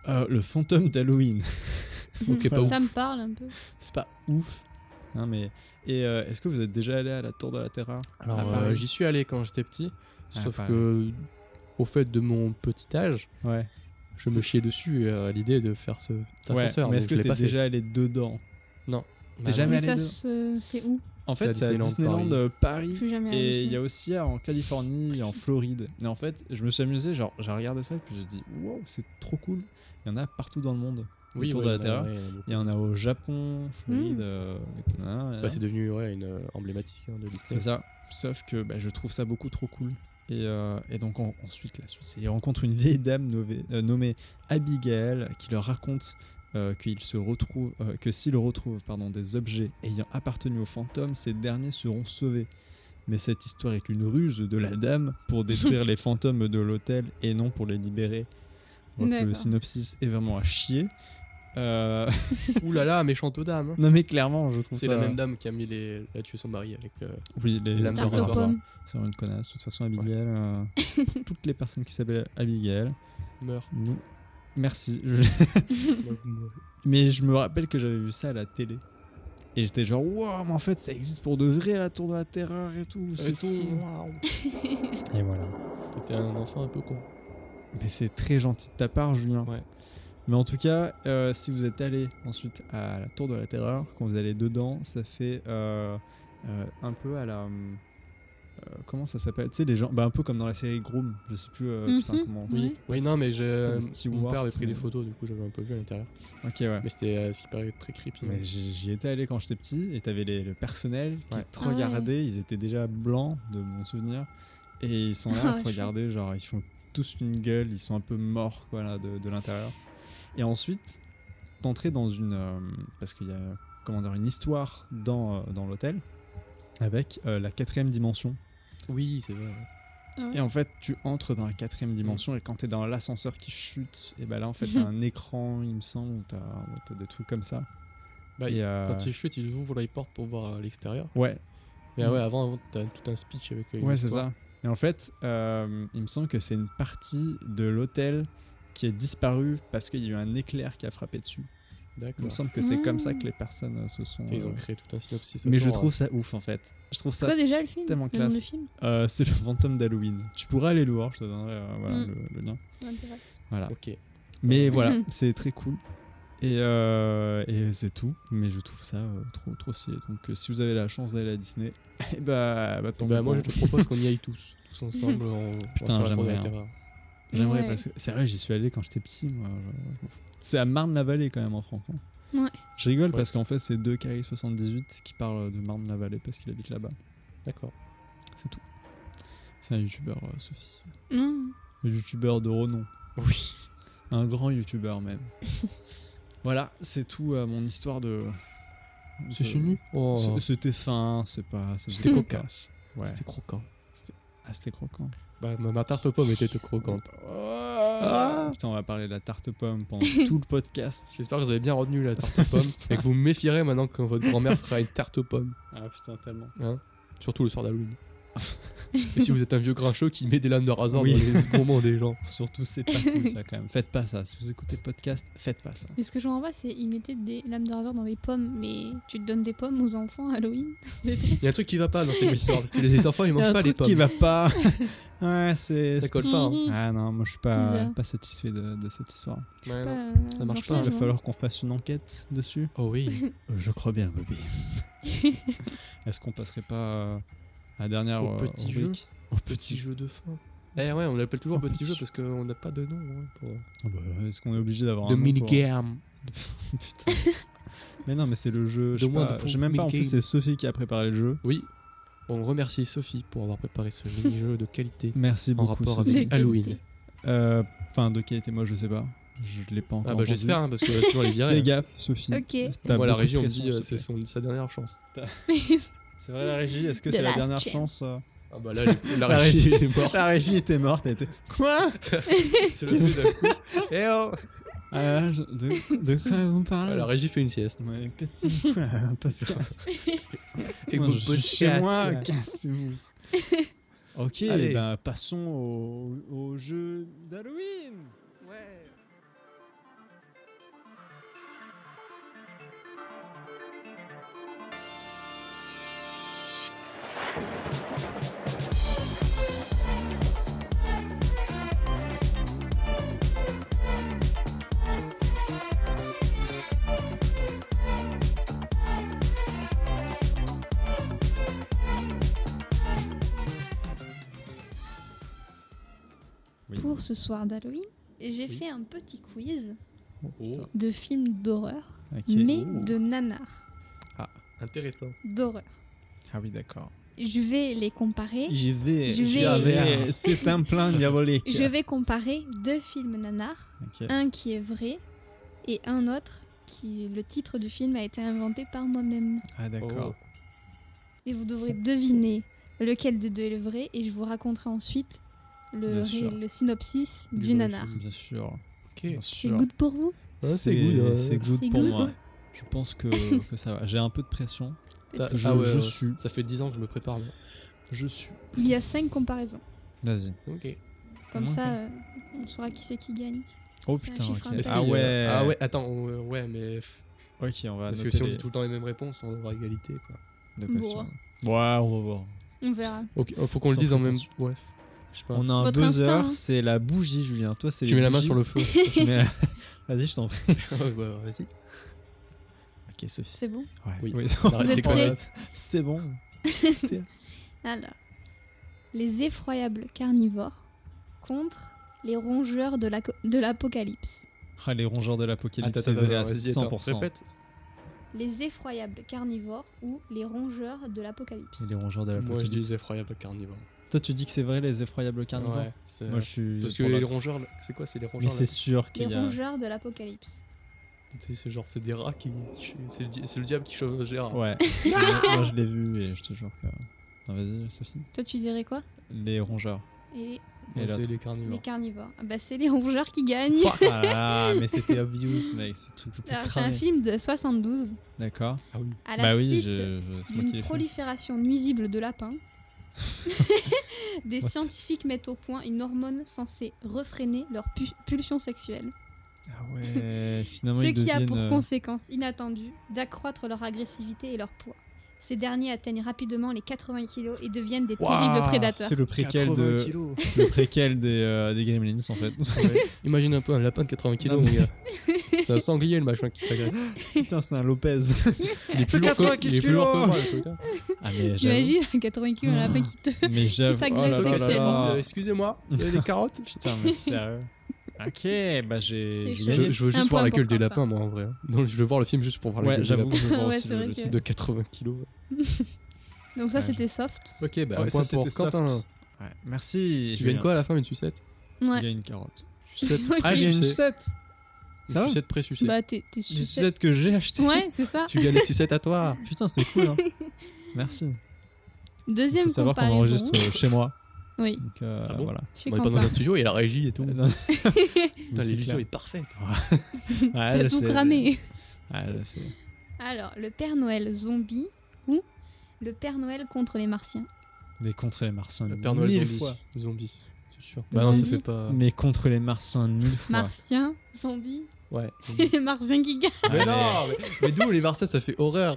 S1: euh, Le fantôme d'Halloween.
S2: Ok, pas
S3: Hmm, ça
S2: ouf.
S3: me parle un peu.
S1: c'est pas ouf. Hein, mais... Et euh, est-ce que vous êtes déjà allé à la Tour de la Terreur
S2: Alors,
S1: À
S2: euh,
S1: Paris.
S2: j'y suis allé quand j'étais petit,
S1: Ah,
S2: sauf
S1: pareil.
S2: que, au fait de mon petit âge,
S1: Ouais.
S2: je me chiais dessus euh, à l'idée de faire ce cet ascenseur.
S1: mais
S2: donc
S1: est-ce que
S2: je l'ai
S1: t'es
S2: pas Bah
S1: déjà allé dedans
S2: fait.
S1: t'es jamais
S3: Mais
S1: allé
S3: ça,
S1: dedans
S3: se- c'est où
S1: En
S2: C'est
S1: fait,
S2: à
S1: c'est à
S2: Disneyland
S1: Disneyland
S2: Paris.
S1: euh, Paris.
S3: Je suis jamais allée.
S1: Et il
S3: Disney.
S1: y a aussi en Californie, et en Floride. Et en fait, je me suis amusé, genre, j'ai regardé ça, puis j'ai dit, wow, c'est trop cool. Il y en a partout dans le monde.
S2: Oui,
S1: Tour
S2: ouais,
S1: de la
S2: il y en a-
S1: Terreur.
S2: ouais, il y en a beaucoup.
S1: Il y en a au Japon, Floride,
S3: Mm.
S1: euh, et nanana.
S2: Bah, c'est devenu ouais, une euh, emblématique hein, de
S1: c'est
S2: Disney.
S1: ça. Sauf que bah, je trouve ça beaucoup trop cool. Et, euh, et donc en- ensuite, la suite, c'est ils rencontrent une vieille dame nommée, euh, nommée Abigail qui leur raconte euh, qu'il se retrouve, euh, que s'ils retrouvent pardon, des objets ayant appartenu aux fantômes, ces derniers seront sauvés. Mais cette histoire est une ruse de la dame pour détruire les fantômes de l'hôtel et non pour les libérer. Donc le
S3: D'accord.
S1: synopsis est vraiment à chier. Euh,
S2: Ouh là là, méchante dame. hein.
S1: non mais clairement, je trouve
S2: C'est
S1: ça...
S2: la même dame qui a mis les, a tué son mari avec. euh,
S1: Oui, les,
S2: La
S1: les
S2: tarte aux
S1: rasoirs.
S3: pommes.
S1: C'est vraiment une connasse. De toute façon, Abigail, euh, toutes les personnes qui s'appellent Abigail,
S2: meurt.
S1: nous, merci. Je- mais je me rappelle que j'avais vu ça à la télé. Et j'étais genre, wow, mais en fait, ça existe pour de vrai, la tour de la terreur et tout. C'est fou. Et voilà.
S2: T'étais un enfant un peu con.
S1: Mais c'est très gentil de ta part, Julien.
S2: Ouais.
S1: Mais en tout cas, euh, si vous êtes allé ensuite à la tour de la terreur, quand vous allez dedans, ça fait euh, euh, un peu à la. hum, euh, comment ça s'appelle Tu sais, les gens. Bah, un peu comme dans la série Groom. Je sais plus, euh, putain,
S3: Mhm,
S1: comment.
S3: oui.
S2: Oui, non, mais je, euh,
S1: Comme Stewart,
S2: mon père avait pris
S1: mais-
S2: des photos, du coup j'avais un peu vu à l'intérieur.
S1: Ok, ouais.
S2: Mais c'était euh, ce qui paraît très creepy.
S1: Mais
S2: hein.
S1: j'y j'y étais allé quand j'étais petit et t'avais les- le personnel qui
S2: Ouais.
S1: te
S3: Ah ouais.
S1: regardait, ils étaient déjà blancs de mon souvenir et ils sont là
S3: Ah
S1: à te
S3: ouais, je-
S1: regarder, genre ils font tous une gueule, ils sont un peu morts quoi là, de, de l'intérieur. Et ensuite, t'entrais dans une. euh, parce qu'il y a comment dire, une histoire dans, euh, dans l'hôtel avec euh, la quatrième dimension.
S2: Oui, c'est vrai.
S3: Mm.
S1: Et en fait, tu entres dans la quatrième
S2: Mm.
S1: dimension et quand t'es dans l'ascenseur qui chute, et ben là en fait t'as un écran, il me semble, ou t'as ou t'as des trucs comme ça.
S2: Bah,
S1: Et, euh,
S2: Quand il chute, ils ouvrent les portes pour voir à l'extérieur.
S1: ouais,
S2: Mais ah ouais, avant, avant, t'as tout un speech avec. euh, une
S1: Mm. Ouais, c'est
S2: histoire.
S1: ça. Et en fait, euh, il me semble que c'est une partie de l'hôtel qui est disparue parce qu'il y a eu un éclair qui a frappé dessus. Il
S2: D'accord.
S1: me semble que c'est comme
S3: Ah.
S1: ça que les personnes euh, se sont.
S2: Putain, Ils ont
S1: euh,
S2: créé hein. tout un synopsis.
S1: Mais je
S2: autour,
S1: trouve ça ouf en fait. Je trouve
S3: C'est
S1: ça.
S3: quoi déjà le film
S1: tellement
S3: Le nom
S1: classe.
S3: du film
S1: Euh, c'est le fantôme d'Halloween. Tu pourras aller le voir, je te donnerai euh, voilà,
S3: Mm.
S1: le, le lien.
S3: M'intéresse.
S1: Voilà.
S2: hein. Ok.
S1: Mais voilà, c'est très cool. Et, euh, et c'est tout. Mais je trouve ça euh, trop, trop stylé. Donc euh, si vous avez la chance d'aller à Disney, et bah, bah tant
S2: Bah,
S1: mieux
S2: moi je
S1: pour
S2: te propose qu'on y aille tous, tous ensemble. on,
S1: Putain,
S2: on va faire la tour de la
S1: j'aimerais, hein.
S2: Terreur.
S1: J'aimerais
S3: Ouais.
S1: parce que c'est vrai, j'y suis allé quand j'étais petit. moi, je- je m'en fous. C'est à Marne-la-Vallée quand même en France. hein.
S3: Ouais.
S1: Je rigole
S2: Ouais.
S1: parce qu'en fait, c'est deux Carré 78 qui parlent de Marne-la-Vallée parce qu'il habite là-bas.
S2: D'accord.
S1: C'est tout. C'est un youtubeur, euh, Sophie.
S3: Non.
S1: Un youtubeur de renom.
S2: Oui.
S1: Un grand youtubeur même. voilà, c'est tout euh, mon histoire de.
S2: C'est
S1: de-
S2: fini. Oh.
S1: C- C'était fin, c'est pas. ça
S2: C'était
S1: faisait-
S2: cocasse.
S1: Ouais.
S2: C'était croquant.
S1: Ah, c'était croquant.
S2: Bah, ma ma tarte aux pommes était croquante. Oh.
S1: Ah Putain, on va parler de la tarte pomme pendant tout le podcast.
S2: J'espère que vous avez bien retenu la tarte aux pommes et que vous méfierez maintenant quand votre grand-mère fera une tarte aux pommes, hein.
S1: Ah putain, tellement.
S2: surtout le soir d'Halloween. et si vous êtes un vieux grincheux qui met des lames de rasoir
S1: Oui.
S2: dans les moments des gens.
S1: Surtout, c'est pas cool ça quand même. Faites pas ça. Si vous écoutez le podcast, faites pas ça.
S3: Mais ce que je comprends pas, c'est ils mettaient des lames de rasoir dans les pommes, mais tu te donnes des pommes aux enfants à Halloween C'est
S2: Il y a un truc qui va pas dans cette histoire parce que les enfants ils
S1: Il y a
S2: mangent
S1: un
S2: pas les
S1: truc
S2: pommes.
S1: qui va pas. ouais, c'est.
S2: Ça
S1: c'est
S2: colle pas. hein.
S3: Mhm.
S1: Ah non, moi je suis pas,
S3: Bizarre.
S1: pas satisfait de, de cette histoire.
S2: Ouais, non.
S3: pas,
S2: Ça
S3: euh,
S2: marche
S1: Je pense
S2: pas.
S1: qu'il
S3: sorcier,
S1: va falloir qu'on fasse une enquête dessus.
S2: Oh oui.
S1: Euh, Je crois bien, Bobby. Est-ce qu'on passerait pas euh, La dernière
S2: Au
S1: euh,
S2: petit jeu.
S1: rubrique. Au petit
S2: Petit
S1: jeu.
S2: jeu de fin. Eh ouais, on l'appelle toujours
S1: Oh,
S2: petit
S1: petit
S2: jeu
S1: jeu.
S2: parce qu'on n'a pas de nom. hein, pour...
S1: Ah bah, Est-ce qu'on est obligé d'avoir
S2: De
S1: un nom pour-
S2: minigame.
S1: Putain. Mais non, mais c'est le jeu.
S2: De
S1: Je sais
S2: moins
S1: pas,
S2: de faux
S1: j'ai même pas. En plus,
S2: mini-game.
S1: c'est Sophie qui a préparé le jeu.
S2: Oui, on remercie Sophie pour avoir préparé ce mini-jeu de qualité.
S1: Merci
S2: En
S1: beaucoup.
S2: rapport
S1: Sophie.
S2: avec- Halloween.
S1: Euh, Enfin, de qualité, moi, je sais pas. Je l'ai pas encore.
S2: Ah bah
S1: entendu.
S2: j'espère, hein, parce que sinon elle est virée.
S1: Fais gaffe, Sophie.
S3: Ok.
S1: T'as
S2: Moi la
S1: beaucoup de
S2: régie on me
S1: pression,
S2: dit euh,
S1: s'il te
S2: c'est
S1: plaît.
S2: son- sa dernière chance.
S1: C'est vrai, la régie, est-ce que
S3: The
S1: c'est la
S3: last
S1: dernière
S3: chance.
S1: chance euh
S2: Ah bah là elle- la
S1: La
S2: régie
S1: régie.
S2: elle est morte.
S1: La régie était morte, elle était. Quoi
S2: C'est le coup d'un coup. Eh oh
S1: Ah, je- de, de quoi vous
S2: Ah,
S1: parlez
S2: La régie fait une sieste.
S1: Ouais, petit podcast.
S2: Et
S1: Moi,
S2: bon,
S1: je suis
S2: bonne
S1: chez
S2: chasse.
S1: moi, cassez-vous. ok,
S2: Allez.
S1: bah, passons au, au jeu d'Halloween.
S3: Pour ce soir d'Halloween, j'ai fait un petit quiz
S2: Oh,
S3: de films d'horreur,
S1: Ok.
S3: mais
S1: Oh.
S3: de nanars
S2: intéressant.
S3: d'horreur.
S1: Ah oui, d'accord.
S3: Je vais les comparer.
S1: J'y vais.
S3: Je J'y vais.
S2: vais.
S1: C'est un plan diabolique.
S3: Je vais comparer deux films nanars,
S1: Ok.
S3: un qui est vrai et un autre qui le titre du film a été inventé par moi-même.
S1: Ah d'accord.
S2: Oh.
S3: Et vous devrez deviner lequel des deux est le vrai et je vous raconterai ensuite le,
S1: Bien sûr.
S3: le synopsis
S2: Du
S3: du,
S2: vrai
S3: nanar.
S2: film.
S1: Bien sûr.
S2: Ok.
S1: Bien
S3: C'est
S1: sûr.
S3: good pour vous
S2: Ouais, c'est good, ouais.
S1: c'est good
S3: C'est
S1: pour
S3: good.
S1: moi. Je pense que, que ça va. J'ai un peu de pression.
S2: T'as-
S1: Je,
S2: ah ouais,
S1: je
S2: ouais.
S1: suis.
S2: Ça fait 10 ans que je me prépare. là.
S1: Je suis.
S3: Il y a cinq comparaisons.
S1: Vas-y.
S2: Ah, Ok.
S3: Comme
S1: Ouais.
S3: ça, euh, on saura qui c'est qui gagne.
S1: Oh
S3: C'est un
S1: putain. ok.
S3: chiffre
S2: Est-ce
S1: Ah
S2: qu'il y a-
S1: ouais.
S2: Ah ouais, attends, on- euh, ouais, mais. f-
S1: Ok, on va
S2: Parce que
S1: noter
S2: si on
S1: les-
S2: dit tout le temps les mêmes réponses, on aura égalité. Quoi.
S1: de
S3: Bon.
S1: questions. Ouais, on va voir.
S3: On verra.
S2: Ok, oh, faut qu'on le
S1: Sans
S2: dise en même.
S1: prétention.
S2: Bref. Je sais pas.
S1: On a un
S3: Votre
S1: buzzer,
S3: instinct, hein.
S1: c'est la bougie, Julien. Toi, c'est
S2: Tu
S1: les
S2: mets la main
S1: bougies.
S2: sur le feu.
S1: Tu mets la- Vas-y, je t'en prie.
S2: Ouais, bah, Vas-y.
S1: Ok, Sophie.
S3: C'est bon
S1: Ouais.
S2: Oui.
S1: on
S2: Arrête
S1: va
S3: êtes
S2: les
S1: prendre
S3: prêts
S1: la- C'est bon.
S3: Alors, les effroyables carnivores contre les rongeurs de la- de l'apocalypse.
S1: Ah, les rongeurs de l'apocalypse,
S2: Attends,
S1: c'est
S2: attends,
S1: déjà à
S2: attends, vas-y, attends,
S1: 100%.
S2: Répète.
S3: les effroyables carnivores ou les rongeurs de l'apocalypse.
S1: Les rongeurs de
S2: Moi, je dis
S1: l'apocalypse.
S2: les effroyables carnivores.
S1: Toi, tu dis que c'est vrai les effroyables carnivores
S2: Ouais, c'est-
S1: Moi, je suis.
S2: Parce que
S1: pour
S2: les
S1: l'autre.
S2: rongeurs, c'est quoi C'est les
S1: Mais
S2: rongeurs.
S1: c'est
S2: là
S1: sûr
S3: Les
S1: qu'il y a.
S3: rongeurs de l'apocalypse.
S2: Tu sais, C'est genre, c'est des rats qui. C'est le, di- c'est le diable qui chauffe Gérard.
S1: Ouais. moi, moi, je l'ai vu et je te jure que. Non, vas-y, Sophie.
S3: Toi, tu dirais quoi
S1: Les rongeurs.
S3: Et
S2: Non,
S1: Et
S2: c'est
S1: l'autre.
S2: les
S3: les
S2: carnivores.
S3: carnivores. Ah Bah, c'est les rongeurs qui gagnent.
S1: Ah là là, mais c'était obvious, mec. C'est tout le plus
S3: Alors, C'est un
S1: cramé.
S3: film de 72
S1: D'accord.
S2: Ah oui.
S3: à la
S1: Bah oui,
S3: suite
S1: je, je- c'est moi qui
S3: d'une
S1: l'ai fait.
S3: prolifération nuisible de lapins. Des
S1: What
S3: scientifiques mettent au point une hormone censée refréner leur pu- pulsion sexuelle.
S1: Ah ouais, finalement,
S3: Ce
S1: ils
S3: qui a
S1: deviennent.
S3: pour
S1: euh,
S3: conséquence inattendue d'accroître leur agressivité et leur poids. Ces derniers atteignent rapidement les 80 kg et deviennent des terribles
S1: Ouah,
S3: prédateurs.
S1: C'est le préquel
S2: 80
S1: de.
S2: kilos.
S1: C'est le préquel des, euh, des Gremlins, en fait.
S2: Imagine un peu un lapin de 80 kilos,
S1: Non,
S2: mon gars. C'est un sanglier le machin qui t'agresse.
S1: Putain, c'est un Lopez.
S2: Il est plus lourd que,
S1: 80
S2: il est plus lourd que moi, le truc. hein.
S1: Ah, mais j'avoue.
S3: T'imagines un 80 kg un lapin qui te.
S1: Mais j'avoue.
S3: t'agresse
S1: Oh là là là
S3: sexuellement.
S1: là.
S2: Euh, Excusez-moi, vous avez des carottes
S1: Putain, mais sérieux. Ok, bah j'ai.
S3: C'est
S1: j'ai
S3: chaud.
S1: gagné.
S2: je, je veux
S3: Un
S2: juste voir
S3: point
S2: la gueule
S3: pour
S2: des
S3: Quentin.
S2: lapins, moi, en vrai. hein. Non, je veux voir le film juste pour voir la
S1: Ouais,
S2: gueule des
S1: j'avoue.
S2: lapins.
S1: que je veux voir
S3: Ouais,
S1: aussi
S3: c'est
S1: le-
S3: vrai
S1: le
S3: que-
S1: site.
S2: euh, De 80 kilos.
S3: Donc, ça,
S1: Ouais.
S3: c'était soft.
S2: Ok, bah,
S1: Ouais,
S2: un
S1: ça,
S2: point pour
S1: c'était soft.
S2: Quentin.
S1: hein. Ouais, merci.
S2: hein. Tu
S1: Julien.
S2: gagnes quoi à la fin Une sucette
S1: Il y
S3: Ouais.
S1: a une carotte.
S2: Sucette
S3: Ok.
S1: Ah, j'ai une
S2: pré-sucette.
S1: sucette. Ça
S2: Une
S1: va
S2: sucette pré-sucette.
S3: Bah, t'es t'es
S1: Une
S3: sucette.
S1: sucette que j'ai achetée.
S3: Ouais, c'est ça.
S2: Tu gagnes les sucettes à toi.
S1: Putain, c'est cool. Hein. Merci. Il
S3: Deuxième
S1: faut savoir qu'on
S3: comparaison.
S1: enregistre euh, chez moi.
S3: Oui,
S1: Donc euh,
S2: Ah bon
S1: voilà.
S3: chez
S2: On est pas dans
S3: Quentin.
S2: un studio, il y a la régie et tout.
S1: Non,
S2: Putain,
S1: c'est
S2: L'émission
S1: clair.
S2: est parfaite.
S1: Ouais,
S3: T'as
S1: là,
S3: tout
S1: c'est-
S3: cramé.
S1: Ouais, là, c'est-
S3: Alors, le Père Noël zombie ou le Père Noël contre les martiens
S1: Mais contre les martiens,
S2: Le Père Noël
S1: mille
S2: zombie.
S1: fois.
S2: Euh, Zombie, c'est sûr. Bah non, ça
S3: Zombie.
S2: fait pas.
S1: Mais contre les martiens, mille fois.
S3: Martiens, zombies,
S2: Ouais.
S3: c'est les martiens qui gagnent.
S2: Mais
S1: Allez.
S2: non, mais, mais d'où les Marseillais, ça fait horreur.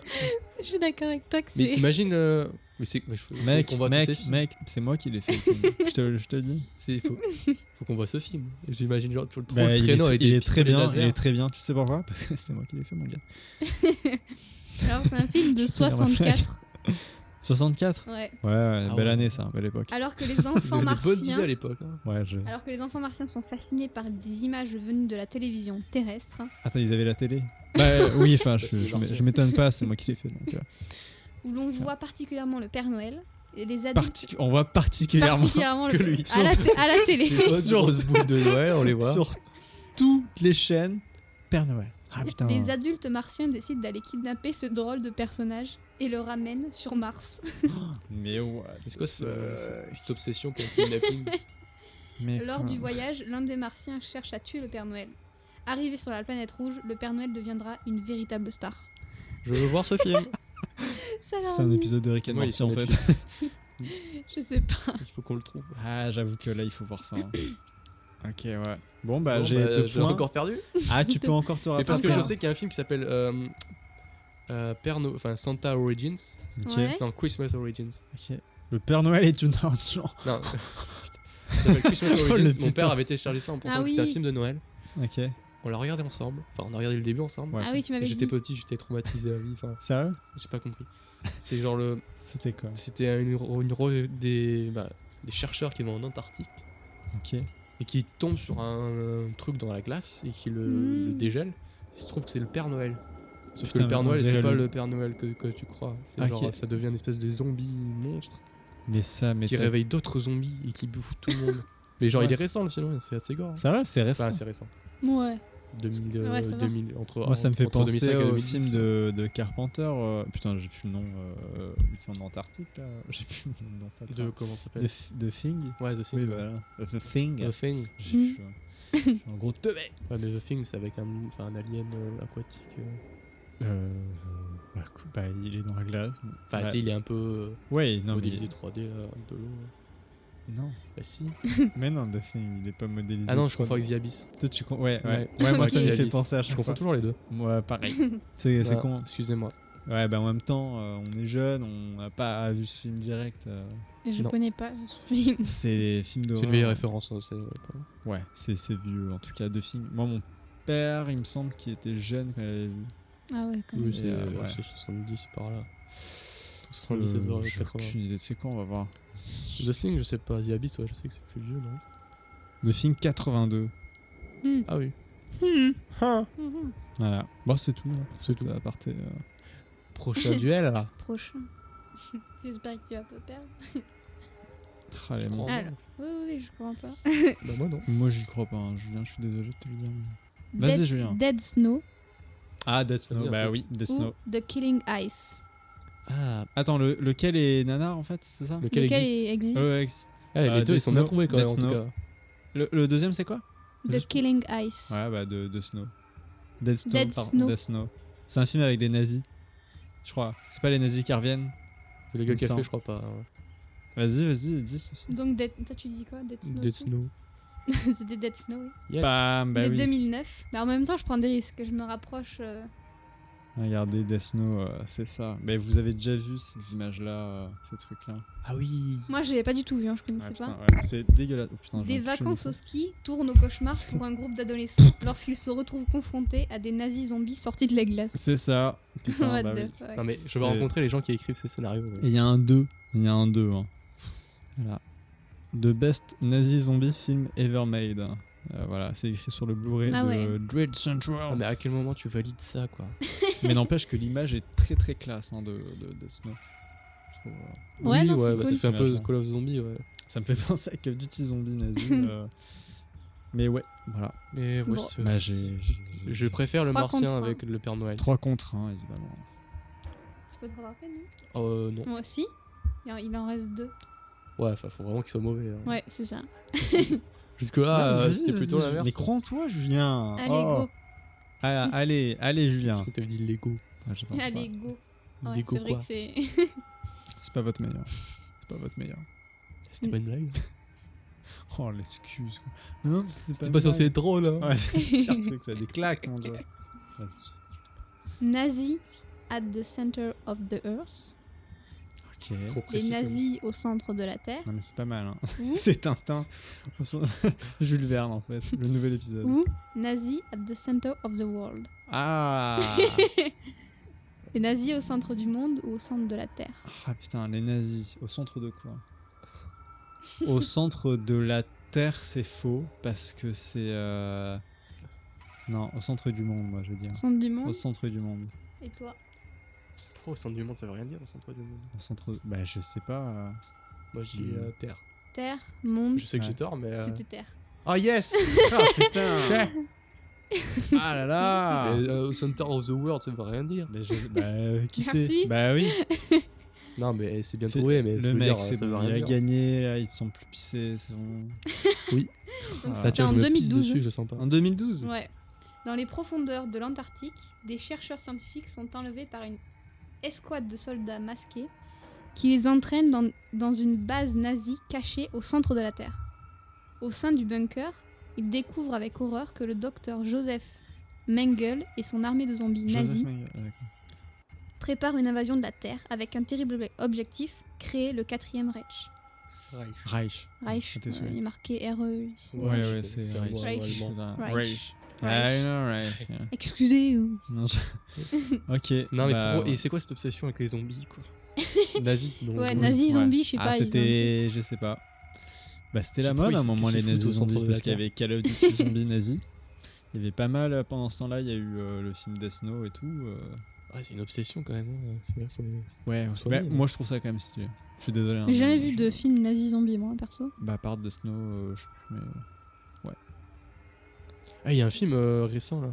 S3: Je suis d'accord avec toi que
S2: Mais
S3: c'est.
S2: t'imagines. euh, Mais c'est. Mais faut, faut
S1: Mec,
S2: qu'on voit tous ces
S1: mec,
S2: films.
S1: mec, c'est moi qui l'ai fait. le film. je, te, je te le dis.
S2: C'est- faut, faut qu'on voit ce film. J'imagine genre tout le
S1: Bah,
S2: troll
S1: il
S2: traînant
S1: est,
S2: avec
S1: il
S2: des
S1: est très
S2: pistolets
S1: bien, il
S2: laser.
S1: est très bien. Tu sais pourquoi Parce que c'est moi qui l'ai fait, mon gars.
S3: Alors, c'est un film de
S1: Je te dis, on va faire-
S3: 64
S1: 64
S3: Ouais.
S1: Ah Ouais, ouais, belle
S2: ouais.
S1: année ça, belle époque.
S3: Alors que les
S2: Vous
S3: enfants
S2: avez des bonnes idées à
S3: martiens,
S2: l'époque. hein.
S1: Ouais, je...
S3: alors que les enfants martiens sont fascinés par des images venues de la télévision terrestre,
S1: Attends, ils avaient la télé Bah euh, oui, enfin,
S2: Parce que
S1: je, je
S2: genre,
S1: m'é-
S2: c'est-
S1: je m'étonne pas, c'est moi qui l'ai fait. Donc, euh,
S3: où l'on voit particulièrement le Père Noël et les adultes
S1: particu- on voit particulièrement
S3: particulièrement le Ah,
S2: que lui.
S3: à la, t- à la télé.
S2: Ces bonnes
S1: Sur-
S2: grosses boules de Noël, on les voit.
S1: sur toutes les chaînes Père Noël. Ah putain.
S3: Les adultes martiens décident d'aller kidnapper ce drôle de personnage et le ramènent sur Mars.
S1: Mais ouais.
S2: C'est quoi ce- Euh, cette obsession pour le kidnapping
S1: Mais
S3: Lors
S1: quoi.
S3: du voyage, l'un des martiens cherche à tuer le Père Noël. Arrivé sur la planète rouge, le Père Noël deviendra une véritable star.
S2: Je veux voir ce film.
S3: Ça a l'air
S1: C'est un
S3: mignon.
S1: épisode de Rick and
S2: Moi, il est
S1: Morty
S2: sur
S1: en fait.
S2: Netflix.
S3: Je sais pas.
S2: Il faut qu'on le trouve.
S1: Ah, j'avoue que là, il faut voir ça. hein. ok, ouais. Bon, bah,
S2: Bon,
S1: j'ai
S2: bah,
S1: deux
S2: je l'ai
S1: points.
S2: encore perdu.
S1: Ah, tu peux encore te
S2: Mais
S1: rattraper.
S2: parce que je
S1: hein.
S2: sais qu'il y a un film qui s'appelle euh, euh, Père No- enfin Santa Origins.
S1: Ok,
S3: Ouais.
S2: Non, Christmas Origins.
S1: ok. Le Père Noël est une argent.
S2: Non. putain, ça s'appelle Christmas
S1: Oh,
S2: Origins.
S1: le
S2: Mon
S1: putain.
S2: père avait téléchargé ça en pensant
S3: Ah
S2: que c'était un
S3: oui.
S2: film de Noël.
S1: Ok.
S2: On l'a regardé ensemble. Enfin, on a regardé le début ensemble.
S1: Ouais.
S3: Ah oui, tu m'avais
S2: J'étais
S3: dit.
S2: petit, j'étais traumatisé à vie. Enfin,
S1: Sérieux
S2: j'ai pas compris. C'est genre le.
S1: C'était quoi
S2: C'était une, une, une- des, bah, des chercheurs qui vont en Antarctique
S1: Ok.
S2: et qui tombent sur un, euh, truc dans la glace et qui le,
S3: Mm.
S2: le dégèlent. Il se trouve que c'est le Père Noël. Sauf
S1: Hmm. Putain,
S2: que le
S1: on
S2: Père Noël,
S1: dirait
S2: c'est pas
S1: le- Ah,
S2: le Père Noël que, que tu crois. C'est
S1: Ok.
S2: genre, ça devient une espèce de zombie monstre
S1: Mais ça
S2: qui
S1: m'étonne.
S2: réveille d'autres zombies et qui bouffe tout le monde. Mais genre, il est récent le film, ouais, c'est assez gore. hein.
S1: Sérieux C'est récent.
S2: Enfin, c'est récent.
S3: Ouais.
S2: 2000, euh,
S3: Ouais, ça va.
S2: 2000, entre,
S1: Moi, ça me fait
S2: entre
S1: penser
S2: 2005 et
S1: au
S2: 2010.
S1: film de, de Carpenter. euh, putain, j'ai plus le nom. Euh, où ils sont en Antarctique, là. J'ai plus le nom. Ça
S2: De comment ça
S1: de,
S2: s'appelle
S1: F- de Thing
S2: Ouais, The Thing.
S1: Oui, voilà. The Thing.
S2: The Thing.
S1: J'ai-
S3: Mm.
S1: Je suis un- je suis un gros teubé.
S2: Ouais, mais The Thing, c'est avec un, enfin, un alien euh, aquatique. euh.
S1: Euh, bah, cou- bah, il est dans la glace.
S2: Enfin, tu sais,
S1: ouais.
S2: il est un peu euh,
S1: ouais, non, mais,
S2: modélisé 3D là, de l'eau.
S1: non,
S2: Bah, si.
S1: mais non, The Thing, il est pas modélisé.
S2: Ah non, je confonds
S1: trois-
S2: avec The Abyss.
S1: Toi, tu con- ouais, ouais.
S2: Ouais.
S1: Ouais, moi, ça
S2: Ok.
S1: me fait
S2: Alice.
S1: penser à
S2: Je
S1: chaque
S2: confonds
S1: fois.
S2: toujours les deux.
S1: Moi, pareil. C'est c'est
S2: Bah,
S1: con.
S2: Excusez-moi.
S1: Ouais, bah en même temps, euh, on est jeune, on n'a pas vu ce film direct. euh.
S3: Je
S2: Non.
S3: connais pas ce film.
S1: C'est des films de.
S2: C'est une vieille référence. hein, c'est-
S1: Ouais, c'est c'est vieux, en tout cas, de films. Moi, mon père, il me semble qu'il était jeune quand il avait vu.
S3: Ah ouais, quand même.
S2: Oui, c'est
S1: euh, ouais.
S2: c'est 70 par là. 76 heures,
S1: Euh, j'ai
S2: 80.
S1: aucune idée de c'est quoi, on va voir.
S2: The Thing, je sais pas. The Abyss, ouais, je sais que c'est plus vieux, non
S1: Le film 82.
S2: Ah oui.
S3: Hmm.
S2: Hein
S3: Mhm.
S1: Voilà. Bon, c'est tout. hein,
S2: C'est
S1: pour cet aparté, euh.
S2: Prochain duel, là.
S3: Prochain. J'espère que tu vas pas perdre.
S1: Ah, les
S2: Prends-en.
S1: mecs.
S3: Alors. Oui, oui, oui, je comprends pas.
S2: Bah, moi, non.
S1: Moi, j'y crois pas, hein, Julien, je suis désolé de te le dire. Vas-y,
S3: Dead-
S1: Julien.
S3: Dead Snow
S1: Ah, Death
S2: Ça me dit
S1: Snow,
S2: un
S1: bah
S2: truc.
S1: oui, Death
S3: ou
S1: Snow.
S3: The Killing Ice.
S2: Ah,
S1: Attends, le, lequel est nanar en fait, c'est ça
S2: lequel
S3: Lequel
S2: existe
S1: Ouais, ouais,
S3: existe
S1: ex-
S2: Ah, Les
S1: Euh,
S2: deux, ils
S1: Death
S2: sont bien
S1: Note,
S2: trouvés quand même, en
S1: Death
S2: tout
S1: Note.
S2: cas.
S1: le, le deuxième, c'est quoi
S3: The
S1: Juste-
S3: Killing Ice.
S1: Ouais, bah de, de Snow. Dead Snow,
S3: Dead
S1: pardon,
S3: Snow.
S1: Death Snow. C'est un film avec des nazis, je crois. C'est pas les nazis qui reviennent
S2: Les gars
S1: Il me semble.
S2: café, je crois pas. hein.
S1: Vas-y, vas-y, dis ce film.
S3: Donc, Dead... toi, tu dis quoi Dead Snow
S2: Dead
S3: aussi
S2: Snow.
S3: C'était Dead Snow, oui.
S2: Yes.
S1: Bam, bah
S3: de
S1: oui.
S3: 2009. Mais en même temps, je prends des risques. Je me rapproche. euh,
S1: Regardez, Death Snow, euh, c'est ça. Mais vous avez déjà vu ces images-là, euh, ces trucs-là
S2: Ah oui.
S3: Moi, je l'avais pas du tout vu, hein, je
S1: Ouais,
S3: connaissais pas.
S1: putain, ouais, C'est dégueulasse. Oh, putain, je
S3: Des
S1: viens de toucher le
S3: vacances au
S1: micro.
S3: ski tournent au cauchemar pour un groupe d'adolescents lorsqu'ils se retrouvent confrontés à des nazis zombies sortis de la glace.
S1: C'est ça.
S3: What
S1: Putain, bah
S3: the
S1: oui.
S3: fuck.
S2: Non mais je
S1: C'est-
S2: vais rencontrer les gens qui écrivent ces scénarios. ouais.
S1: Et il y a un 2. Il y a un 2. Voilà. The Best Nazi Zombie Film Ever Made. Euh, voilà, c'est écrit sur le Blu-ray
S3: Ah
S1: de
S3: ouais.
S1: Dread Central.
S2: Ah, mais à quel moment tu valides ça quoi
S1: mais n'empêche que l'image est très très classe hein, de, de Death Note. Je trouve, euh,
S3: Ouais, non, c'est
S2: bah, ça
S1: cool.
S2: fait un peu
S1: Image,
S2: Call of Zombie ouais.
S1: ça me fait penser à Call of Duty Zombie Nazi. euh, Mais ouais, voilà.
S2: Mais ouais,
S3: Bon.
S2: c'est-
S1: Bah, j'ai- j'ai-
S2: je préfère le
S3: Trois
S2: martien
S3: contre un.
S2: avec le Père Noël.
S1: 3 contre 1, évidemment.
S3: Tu peux te rattraper, non
S2: Euh non.
S3: Moi aussi. Il en- Il en reste deux.
S2: Ouais, enfin faut vraiment qu'il soit mauvais. hein.
S3: Ouais, c'est ça.
S2: Jusque
S1: Non, mais vas-y,
S2: là Ah, euh, c'était
S1: vas-y,
S2: plutôt
S1: Ju-
S2: l'inverse.
S1: Mais crois en toi, Julien.
S3: Allez,
S1: Oh. Ah, allez, allez, Julien.
S2: Je t'avais dit Lego.
S1: Ah, je sais pas,
S3: go.
S1: c'est
S3: Allez,
S1: pas-
S3: go. Ouais,
S2: Lego
S3: c'est vrai
S2: quoi
S3: que c'est.
S1: C'est pas votre meilleur. C'est pas votre meilleur.
S3: Mm.
S2: C'était pas une blague.
S1: Oh, l'excuse. quoi. Non, c'est
S2: C'était pas censé
S1: mal.
S2: être drôle. hein.
S1: Ouais, c'est le pire truc, ça a des claques, hein, mon dieu.
S3: Nazis at the center of the earth.
S1: Ok.
S2: Trop
S3: Les
S2: précis.
S3: nazis au centre de la Terre.
S1: Non, mais c'est pas mal, hein.
S3: Ouh.
S1: C'est Tintin. Jules Verne, en fait, le nouvel épisode.
S3: Ou Nazis at the center of the world.
S1: Ah
S3: Les nazis au centre du monde ou au centre de la Terre
S1: Ah putain, les nazis, au centre de quoi Au centre de la Terre, c'est faux, parce que c'est... euh, Non, au centre du monde, moi, je veux dire.
S3: Au centre du
S1: Au
S3: monde
S1: centre du monde.
S3: Et toi
S2: Pro au centre du monde, ça veut rien dire au centre du monde.
S1: Au centre... Bah, je sais pas. euh,
S2: Moi je dis euh, Terre.
S3: Terre, monde,
S2: Je sais que j'ai
S1: Ouais.
S2: tort, mais. euh,
S3: c'était Terre.
S2: Ah yes
S1: Ah putain
S2: Chais.
S1: Ah là là
S2: Mais, euh, au center of the world, ça veut rien dire.
S1: Mais je- Bah, euh, qui
S3: Merci.
S1: c'est Bah oui
S2: Non, mais eh, c'est bien
S1: C'est-
S2: trouvé, mais ça
S1: Le
S2: veut
S1: mec,
S2: dire, euh,
S1: c'est
S2: ça veut
S1: bon,
S2: rien
S1: il a
S2: dire.
S1: gagné, là, ils sont plus pissés, c'est bon.
S2: Oui.
S1: Ah.
S3: Donc,
S2: Ah, tiens,
S3: en
S2: je me pisse
S3: 2012.
S2: dessus, je sens pas.
S1: En 2012
S3: Ouais. Dans les profondeurs de l'Antarctique, des chercheurs scientifiques sont enlevés par une escouade de soldats masqués qui les entraînent dans, dans une base nazie cachée au centre de la Terre. Au sein du bunker, ils découvrent avec horreur que le docteur Joseph Mengel et son armée de zombies
S1: Joseph
S3: nazis
S1: Mengele,
S2: euh,
S1: ah, d'accord.
S3: préparent une invasion de la Terre avec un terrible objectif, créer le quatrième Reich.
S1: Reich.
S3: Reich,
S1: Ah, t'es
S3: euh,
S1: sûr.
S3: il est marqué E RE ici.
S1: Ouais, ouais, c'est
S2: c'est
S1: Reich.
S2: allemand,
S3: Reich.
S2: allemand.
S1: Reich.
S3: Reich.
S1: Reich.
S3: Reich.
S1: I know Reich. yeah.
S3: Excusez, euh,
S1: Non, je- ok.
S2: Non, mais
S1: bah,
S2: pro,
S1: ouais.
S2: et c'est quoi cette obsession avec les zombies, quoi Nazis, donc.
S3: Ouais,
S2: oui.
S3: nazis,
S1: Ouais.
S3: zombies, je sais
S1: Ah,
S3: pas. ils ont un truc.
S1: c'était. Je sais pas. Bah, c'était la
S2: Je sais pas
S1: mode
S2: où
S1: à un
S2: ils-
S1: moment,
S2: qu'est-ce
S1: les
S2: qu'ils foutent
S1: nazis
S2: au centre
S1: zombies,
S2: de la
S1: parce qu'il y avait Call of Duty zombies nazis. Il y avait pas mal euh, pendant ce temps-là, il y a eu euh, le film Death Snow et tout. euh.
S2: Ouais, c'est une obsession quand même. hein, c'est- faut-
S1: Ouais,
S2: soit
S1: bah,
S2: bien.
S1: moi je trouve ça quand même stylé. Je suis désolé. hein,
S3: J'ai jamais
S1: mais
S3: vu
S1: je-
S3: de film nazi zombie, moi, perso.
S1: Bah, à part Death Snow, euh, je. je mets-
S2: Ah, il y a un film euh, récent là.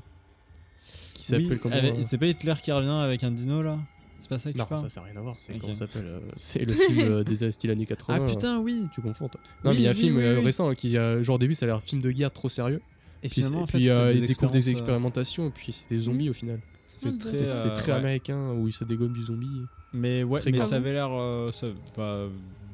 S2: Qui s'appelle
S1: Oui,
S2: comment
S1: avec-
S2: euh,
S1: C'est pas Hitler qui revient avec un dino là C'est pas ça que
S2: Non,
S1: tu parles
S2: ça n'a rien à voir. C'est
S1: Ok.
S2: comment ça s'appelle euh, C'est le film euh, des styles années 80.
S1: Ah
S2: euh,
S1: putain, oui
S2: Tu confonds toi. Non,
S1: Oui,
S2: mais il y a un
S1: oui,
S2: film
S1: oui,
S2: euh,
S1: oui.
S2: récent qui, euh, genre, au début, ça a l'air film de guerre trop sérieux.
S1: Et
S2: puis,
S1: finalement,
S2: et
S1: en fait,
S2: puis,
S1: t'as
S2: euh, ils découvrent des
S1: expériences, euh,
S2: expérimentations, et puis c'est des zombies au final.
S1: ça fait
S3: Ah,
S1: très,
S3: bah.
S2: Et c'est
S1: euh,
S2: très
S1: ouais.
S2: américain où ça dégomme du zombie.
S1: Mais ouais,
S2: Très
S1: mais
S2: grand.
S1: ça avait l'air euh, ça, pas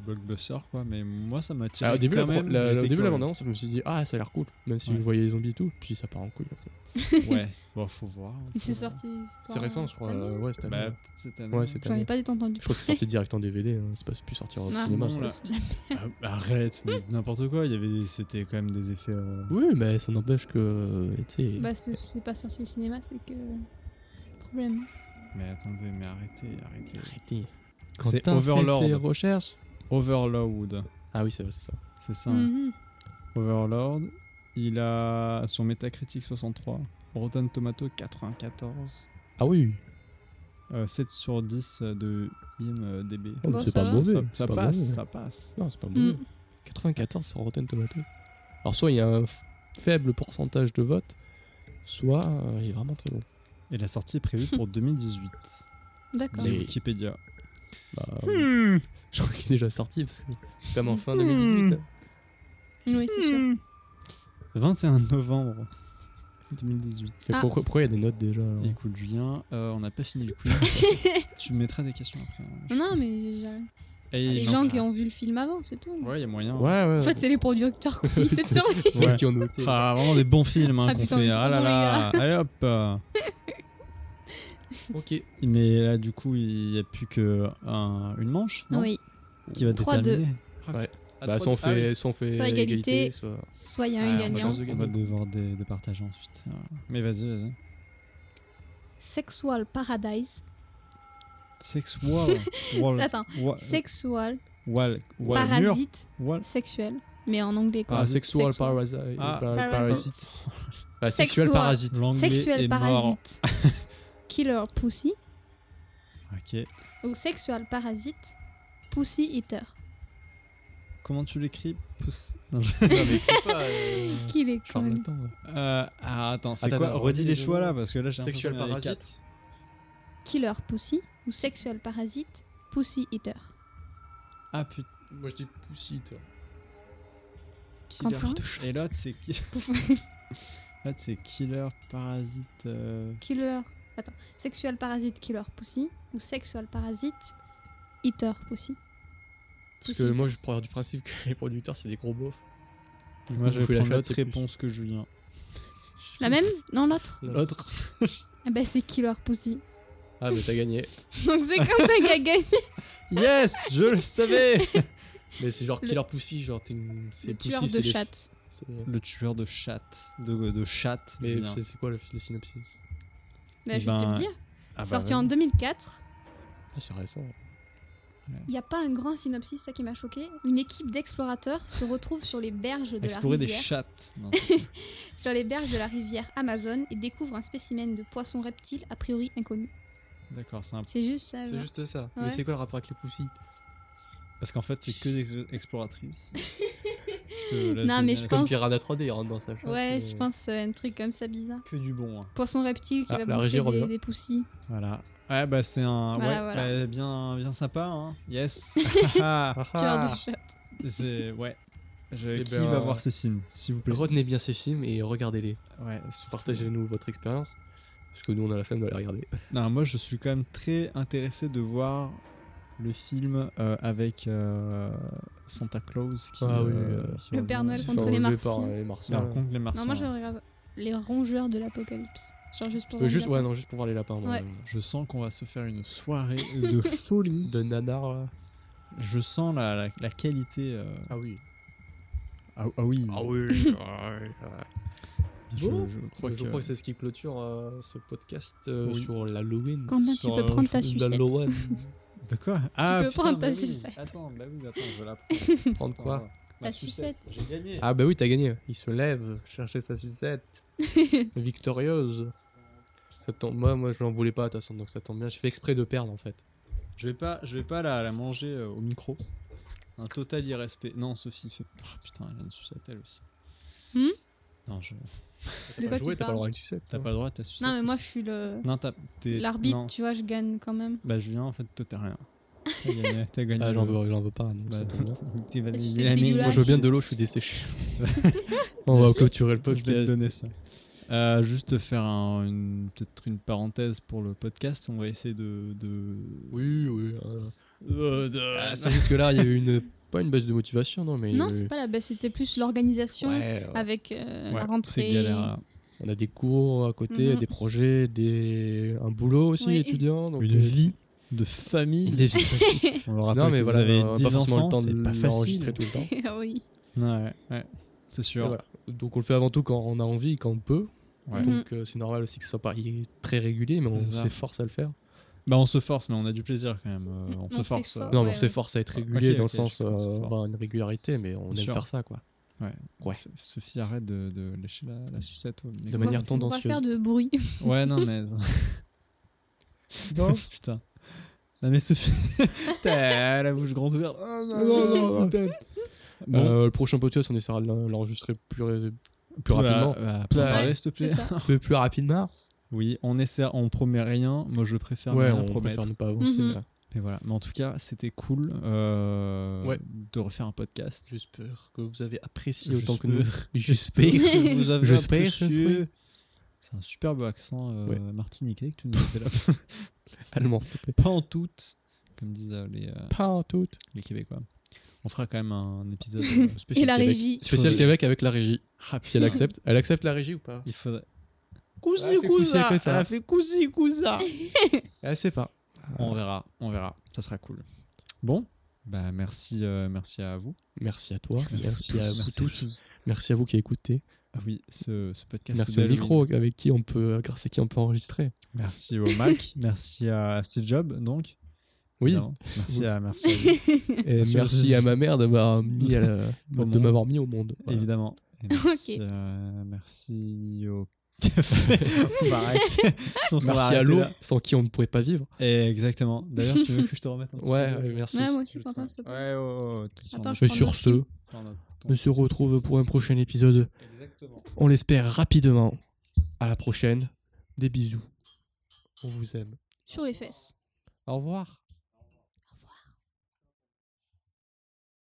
S1: blockbuster quoi, mais moi ça m'attire.
S2: Alors, Ah, au début, la,
S1: quand
S2: pro-
S1: même,
S2: la- au
S1: j'étais
S2: début, la
S1: curieux.
S2: bande-annonce, je me suis dit, ah, ça a l'air cool, même si
S1: Ouais.
S2: je voyais les zombies et tout, puis ça part en couille après.
S1: Ouais, bon, faut voir. hein,
S3: Il s'est
S1: faut voir.
S3: sorti.
S2: C'est récent, je crois. euh, ouais, c'était
S1: Bah, peut-être cette année.
S2: Ouais, cette
S3: Ah, J'en ai
S2: année.
S3: pas du tout entendu.
S2: Je crois que c'est sorti direct en DVD, hein, c'est pas pu sortir au
S3: Non.
S2: cinéma.
S1: Non,
S2: ça.
S1: là. Ah, arrête, mais n'importe quoi, il y avait c'était quand même des effets euh,
S2: Oui, mais ça n'empêche que. euh, Tu sais.
S3: Bah, c'est- c'est pas sorti au cinéma, c'est que. Problème.
S1: Mais attendez, mais arrêtez, arrêtez.
S2: Arrêtez.
S1: C'est
S2: Quentin fait
S1: Overlord.
S2: ses recherches.
S1: Overlord,
S2: Ah oui, c'est vrai, c'est ça.
S1: c'est ça. hein.
S3: Mhm.
S1: Overlord, il a sur Metacritic 63, Rotten Tomato 94,
S2: Ah oui,
S1: euh, 7 sur 10 de IMDb.
S2: Ah, mais c'est
S3: Bon, Bah, ça
S2: pas
S3: va.
S2: mauvais.
S1: ça,
S2: c'est
S1: ça
S2: pas
S1: passe,
S2: mauvais.
S1: ça passe.
S2: Non, c'est pas mauvais.
S3: Mm.
S2: 94 sur Rotten Tomato. Alors, soit il y a un f- faible pourcentage de votes, soit euh, il est vraiment très bon.
S1: Et la sortie est prévue pour 2018.
S3: D'accord.
S1: C'est
S2: Mais-
S1: Wikipédia.
S2: Bah,
S1: Hmm.
S2: euh,
S3: Hmm,
S2: Je crois qu'il est déjà sorti, parce que c'est comme en fin 2018. hein.
S3: Oui, c'est sûr.
S1: 21 novembre 2018.
S2: C'est
S3: Ah.
S2: pourquoi pourquoi il y a des notes déjà hein alors
S1: Écoute Julien, euh, on n'a pas fini le quiz. tu me mettras des questions après. hein, je
S3: Non,
S1: pense.
S3: mais. euh,
S1: Et
S3: C'est les
S1: non,
S3: gens
S1: enfin,
S3: qui ont vu le film avant, c'est tout.
S1: Ouais, il y a moyen.
S2: Ouais, ouais.
S3: En fait, c'est les producteurs qui ont mis cette
S2: C'est-
S3: sortie.
S2: ceux
S1: Ouais.
S2: qui ont noté.
S1: Ah, vraiment des bons films hein,
S3: Ah,
S1: qu'on
S3: putain,
S1: fait.
S3: trop
S1: Ah là
S3: bon,
S1: là, allez hop. euh.
S2: Ok.
S1: Mais là, du coup, il n'y a plus que un- une manche non
S3: Oui.
S1: qui va
S3: 3-2.
S1: déterminer.
S2: Ouais.
S1: Ah,
S2: Bah, soit on
S1: 3-2. Ah oui.
S2: fait, soit on fait
S3: Soit égalité,
S2: soit.
S3: Soit il y a
S1: Ah,
S3: un
S1: on va-
S3: gagnant.
S1: On va devoir dé- départager ensuite. Mais vas-y, vas-y.
S3: Sexual Paradise.
S2: Euh,
S1: Sex wall. wall.
S3: Attends.
S1: Wa-
S3: Sexual.
S1: Wall. Wall. mur.
S3: Parasite.
S1: Wall.
S3: Sexuel. Mais en anglais, quoi.
S2: Ah, sexual
S3: Sexual.
S2: parasite.
S1: Ah.
S2: par-
S3: Parasite.
S2: parasite. Bah,
S3: Sexual.
S2: sexuel parasite.
S1: L'anglais
S3: Sexuel
S1: est mort.
S3: Parasite. Killer Pussy.
S1: Ok.
S3: Ou Sexual Parasite. Pussy Eater.
S1: Comment tu l'écris Pousse. Non, je-
S3: Qui est con.
S1: Euh, ah, attends, c'est
S2: Attends,
S1: quoi
S2: attends,
S1: Redis
S2: redis
S1: les
S2: les
S1: choix
S2: deux.
S1: là, parce que là j'ai l'impression
S2: Sexuel
S1: qu'il y en avait
S2: parasite.
S3: Killer Pussy ou Sexual Parasite Pussy Eater.
S1: quatre. Ah putain.
S2: Moi je dis pussy, toi.
S1: Killer.
S3: Quentin
S1: Et l'autre c'est qui L'autre c'est Killer Parasite. euh,
S3: Killer. Attends. Sexual Parasite Killer Pussy ou Sexual Parasite Eater Pussy.
S2: Parce que moi je prends du principe que les producteurs c'est des gros beaufs.
S1: Moi je vais
S2: vous faites la
S1: prendre
S2: chatte,
S1: l'autre
S2: c'est plus.
S1: réponse que Julien.
S3: La même Non, l'autre.
S1: L'autre
S3: Ah bah c'est Killer Pussy.
S2: Ah, mais t'as gagné.
S3: Donc c'est comme ça qu'a gagné.
S1: Yes Je le savais
S2: Mais c'est genre
S3: Le-
S2: killer pussy, genre t'es une. C'est
S3: Le tueur
S2: pussy,
S3: de
S2: c'est les-
S3: chatte.
S2: c'est-
S1: Le tueur de chatte. De, de chatte.
S2: Mais
S1: Julien.
S2: c'est c'est quoi le, le synopsis
S3: Bah je vais
S1: Ben,
S3: te le dire.
S1: Ah bah
S3: sorti
S1: ouais.
S3: en 2004.
S2: Ah, C'est récent.
S3: Il n'y a pas un grand synopsis, ça qui m'a choqué. Une équipe d'explorateurs se retrouve sur les berges de
S1: Explorer
S3: la
S1: des
S3: rivière,
S1: chattes. Non,
S3: sur les berges de la rivière Amazon et découvre un spécimen de poisson reptile a priori inconnu.
S1: D'accord, c'est un
S3: C'est juste ça.
S2: C'est
S3: genre.
S2: juste ça.
S3: Ouais.
S2: Mais c'est quoi le rapport avec les poussis
S1: Parce qu'en fait, c'est que des ex- exploratrices. je te laisse
S3: Non, mais
S1: deviner
S3: je
S1: la-
S2: Comme
S3: pense-
S2: Piranha 3D, il rentre dans sa chatte.
S3: Ouais,
S2: euh,
S3: je pense que ça va être un truc comme ça bizarre.
S1: Que du bon. hein.
S3: Poisson reptile qui
S2: Ah,
S3: va
S2: la
S3: bouffer
S2: régie
S3: des,
S2: revient.
S3: des poussis.
S1: Voilà. Ouais, bah c'est un.
S3: Voilà,
S1: ouais,
S3: voilà.
S1: bah, bien, bien sympa, hein. Yes. Ah.
S3: Tueur de chat.
S1: c'est. Ouais. Je-
S2: Eh
S1: Qui
S2: ben,
S1: va voir ces films, s'il vous plaît
S2: Retenez bien ces films et regardez-les.
S1: Ouais, surtout-
S2: Partagez-nous votre expérience. Parce que nous, on a la flemme de les regarder.
S1: Non, moi, je suis quand même très intéressé de voir le film euh, avec euh, Santa Claus qui.
S2: Ah oui,
S1: euh,
S2: euh,
S1: qui
S3: Le
S1: revient-
S3: Père Noël
S1: qui
S3: contre
S1: fait-
S3: les
S2: enlevé
S3: Martiens.
S2: par, euh, les
S1: qui
S2: Martiens.
S1: raconte les
S3: Non,
S1: martiens.
S3: moi je regarde les rongeurs de l'apocalypse. Genre juste pour.
S2: Euh,
S3: voir
S2: juste,
S3: les
S2: ouais,
S3: lapins.
S2: non, juste pour voir les lapins. moi.
S3: Ouais.
S1: Je sens qu'on va se faire une soirée de folie.
S2: De nanar, là.
S1: Je sens la, la, la qualité. euh,
S2: Ah oui.
S1: Ah, ah oui.
S2: Ah oui.
S1: Je,
S2: Bon.
S1: je crois que.
S2: Je crois que c'est ce qui clôture euh, ce podcast euh,
S1: Oui.
S2: sur l'Halloween.
S3: Quentin, tu
S1: sur,
S3: peux
S1: euh,
S3: prendre ta
S2: Sur
S3: sucette.
S2: L'Halloween.
S1: De quoi Ah,
S3: peux
S1: putain,
S3: prendre ta
S1: bah oui.
S3: sucette.
S1: Attends, bah oui, attends, je vais la prendre.
S2: Prendre
S1: Attends,
S2: quoi
S1: voilà.
S3: Ta sucette.
S1: J'ai gagné.
S2: Ah bah oui, t'as gagné. Il se lève, chercher sa sucette. Victorieuse. Ça tombe... Moi, moi, je n'en voulais pas, de toute façon, donc ça tombe bien. J'ai fait exprès de perdre, en fait.
S1: Je vais pas, je vais pas la, la manger euh, au micro. Un total irrespect. Non, Sophie fait. Oh putain, elle a une sucette elle aussi.
S3: Hmm
S1: non, je...
S3: De quoi
S2: T'as joué,
S3: tu
S2: t'as pas le
S3: parles
S2: droit à une sucette. hein.
S1: t'as
S2: toi.
S1: pas le droit à ta sucette.
S3: Non, mais moi je
S1: Sophie.
S3: suis le-
S1: Non, t'as. t'es-
S3: l'arbitre,
S1: non.
S3: tu vois, je gagne quand même.
S1: Bah, Julien, en fait, toi, t'as rien. T'as gagné. T'as gagné.
S2: Ah, j'en veux, j'en veux pas, donc
S1: Bah,
S2: ça tombe bien.
S1: tu vas
S3: La
S1: gagner
S3: sucette
S1: l'année.
S3: dégueulasse.
S2: Moi, je veux bien de l'eau, je suis desséché.
S1: C'est
S2: On va clôturer le
S1: Je vais te
S2: podcast.
S1: donner ça. Euh, juste faire un- une, peut-être une parenthèse pour le podcast. On va essayer de. de,
S2: Oui, oui. euh,
S1: euh, de-
S2: Ah, c'est juste que là, il y a eu une... pas une baisse de motivation, non, mais...
S3: Non,
S2: euh,
S3: c'est pas la baisse, c'était plus l'organisation
S2: Ouais, euh,
S3: avec euh,
S1: Ouais,
S3: la rentrée.
S1: C'est galère là.
S2: on a des cours à côté,
S3: Mhm.
S2: des projets, des... un boulot aussi
S3: Oui.
S2: étudiant. Donc
S1: Une
S2: euh,
S1: vie de famille.
S2: Des vies.
S1: On le rappelle
S2: non, mais
S1: que
S2: voilà,
S1: vous avez
S2: on a
S1: 10
S2: pas forcément
S1: enfants,
S2: le temps
S1: c'est
S2: de
S1: pas
S2: l'enregistrer
S1: facile.
S2: tout le temps.
S3: Ah oui.
S1: Ouais, ouais, c'est
S2: Et
S1: sûr.
S2: voilà. Donc on le fait avant tout quand on a envie, quand on peut.
S1: Ouais.
S3: Mm-hmm.
S2: Donc
S3: Mm.
S2: euh, c'est normal aussi que ce soit pas il est très régulier, mais on
S1: C'est ça.
S2: s'efforce à le faire.
S1: Bah, on se force, mais on a du plaisir quand même. euh, on,
S3: Mm-hmm. On
S1: se force.
S3: s'efforce.
S1: euh,
S2: Non, mais
S3: ouais.
S2: on s'efforce à être régulier
S1: ok,
S2: dans
S1: ok,
S2: le sens
S1: je
S2: euh,
S1: comprends, on s'efforce.
S2: avoir une régularité, mais on
S1: Bien
S2: aime
S1: sûr.
S2: faire ça quoi. Ouais.
S1: S- Sophie, arrête de, de lécher la, la sucette. au micro.
S2: De manière
S3: On va
S2: tendancieuse.
S3: faire de bruit.
S1: Ouais, non, mais.
S2: Non.
S1: Putain. Non, mais Sophie. T'as la bouche grande ouverte.
S2: Ah,
S1: Oh, non, non, non, non. Bon,
S2: Euh, le prochain podcast, on essaiera de l'en- l'enregistrer plus, ré- plus
S1: bah,
S2: rapidement.
S1: bah, pour en
S2: Ouais,
S1: parler, s'il te plaît.
S3: C'est ça.
S2: Plus, plus rapidement.
S1: Oui, on essaie, on promet rien. Moi, je préfère
S2: Ouais,
S1: rien
S2: on
S1: promettre.
S2: préfère ne pas avancer.
S3: Mhm.
S2: là.
S1: Mais voilà. Mais en tout cas, c'était cool euh,
S2: Ouais.
S1: de refaire un podcast.
S2: J'espère que vous avez apprécié
S1: J'espère.
S2: autant que nous.
S1: J'espère que vous avez
S2: J'espère,
S1: apprécié.
S2: oui.
S1: C'est un superbe accent euh,
S2: Ouais.
S1: martiniquais que tu nous as fait là.
S2: Allemand, s'il te plaît.
S1: Pas en toute, comme disent euh, les, euh,
S2: Pas en tout.
S1: les Québécois. On fera quand même un épisode euh,
S2: Spécial
S3: Et la
S2: Québec.
S3: régie.
S2: Spécial Québec avec la régie.
S1: rapide.
S2: Si elle accepte. Elle accepte la régie ou pas
S1: Il faudrait.
S2: Elle a fait cousi, cousa, cousa. elle a
S1: fait cousi cousa.
S2: Elle sait pas.
S1: On verra, on verra. Ça sera cool. Bon, bah merci, euh, merci à vous.
S2: Merci à toi.
S3: Merci
S2: Merci,
S3: à
S1: tous,
S2: à vous
S1: merci à
S2: tous. Merci à vous qui écoutez.
S1: Ah oui, ce, ce podcast.
S2: Merci au
S1: d'Halloween.
S2: micro avec qui on peut, grâce à qui on peut enregistrer.
S1: Merci au Mac. merci à Steve Jobs, donc.
S2: Oui.
S1: Évidemment. Merci à, merci à vous,
S2: Et
S1: Sur-
S2: merci à ma mère d'avoir mis à la- de
S1: monde.
S2: m'avoir mis au monde. euh, Voilà.
S1: évidemment. Et merci,
S3: Ok.
S1: euh, merci au café. on va arrêter. Je pense qu'on va
S2: Merci à
S1: arrêter
S2: l'eau
S1: là.
S2: sans qui on ne pourrait pas vivre.
S1: Et exactement. D'ailleurs, tu veux que je te remette un petit
S2: Ouais,
S1: peu
S2: ouais, merci.
S3: Ouais, moi aussi,
S1: Juste,
S3: Quentin,
S1: ouais.
S3: s'il te
S1: Ouais,
S3: plaît.
S1: ouais, ouais, tu sens
S3: Attends,
S1: notre-
S3: je
S2: Et
S3: prends
S2: sur
S3: note.
S2: ce,
S1: prends notre temps.
S2: on se retrouve pour un prochain épisode.
S1: Exactement.
S2: On l'espère rapidement. À la prochaine. Des bisous. On vous aime.
S3: Sur les fesses.
S2: Au revoir.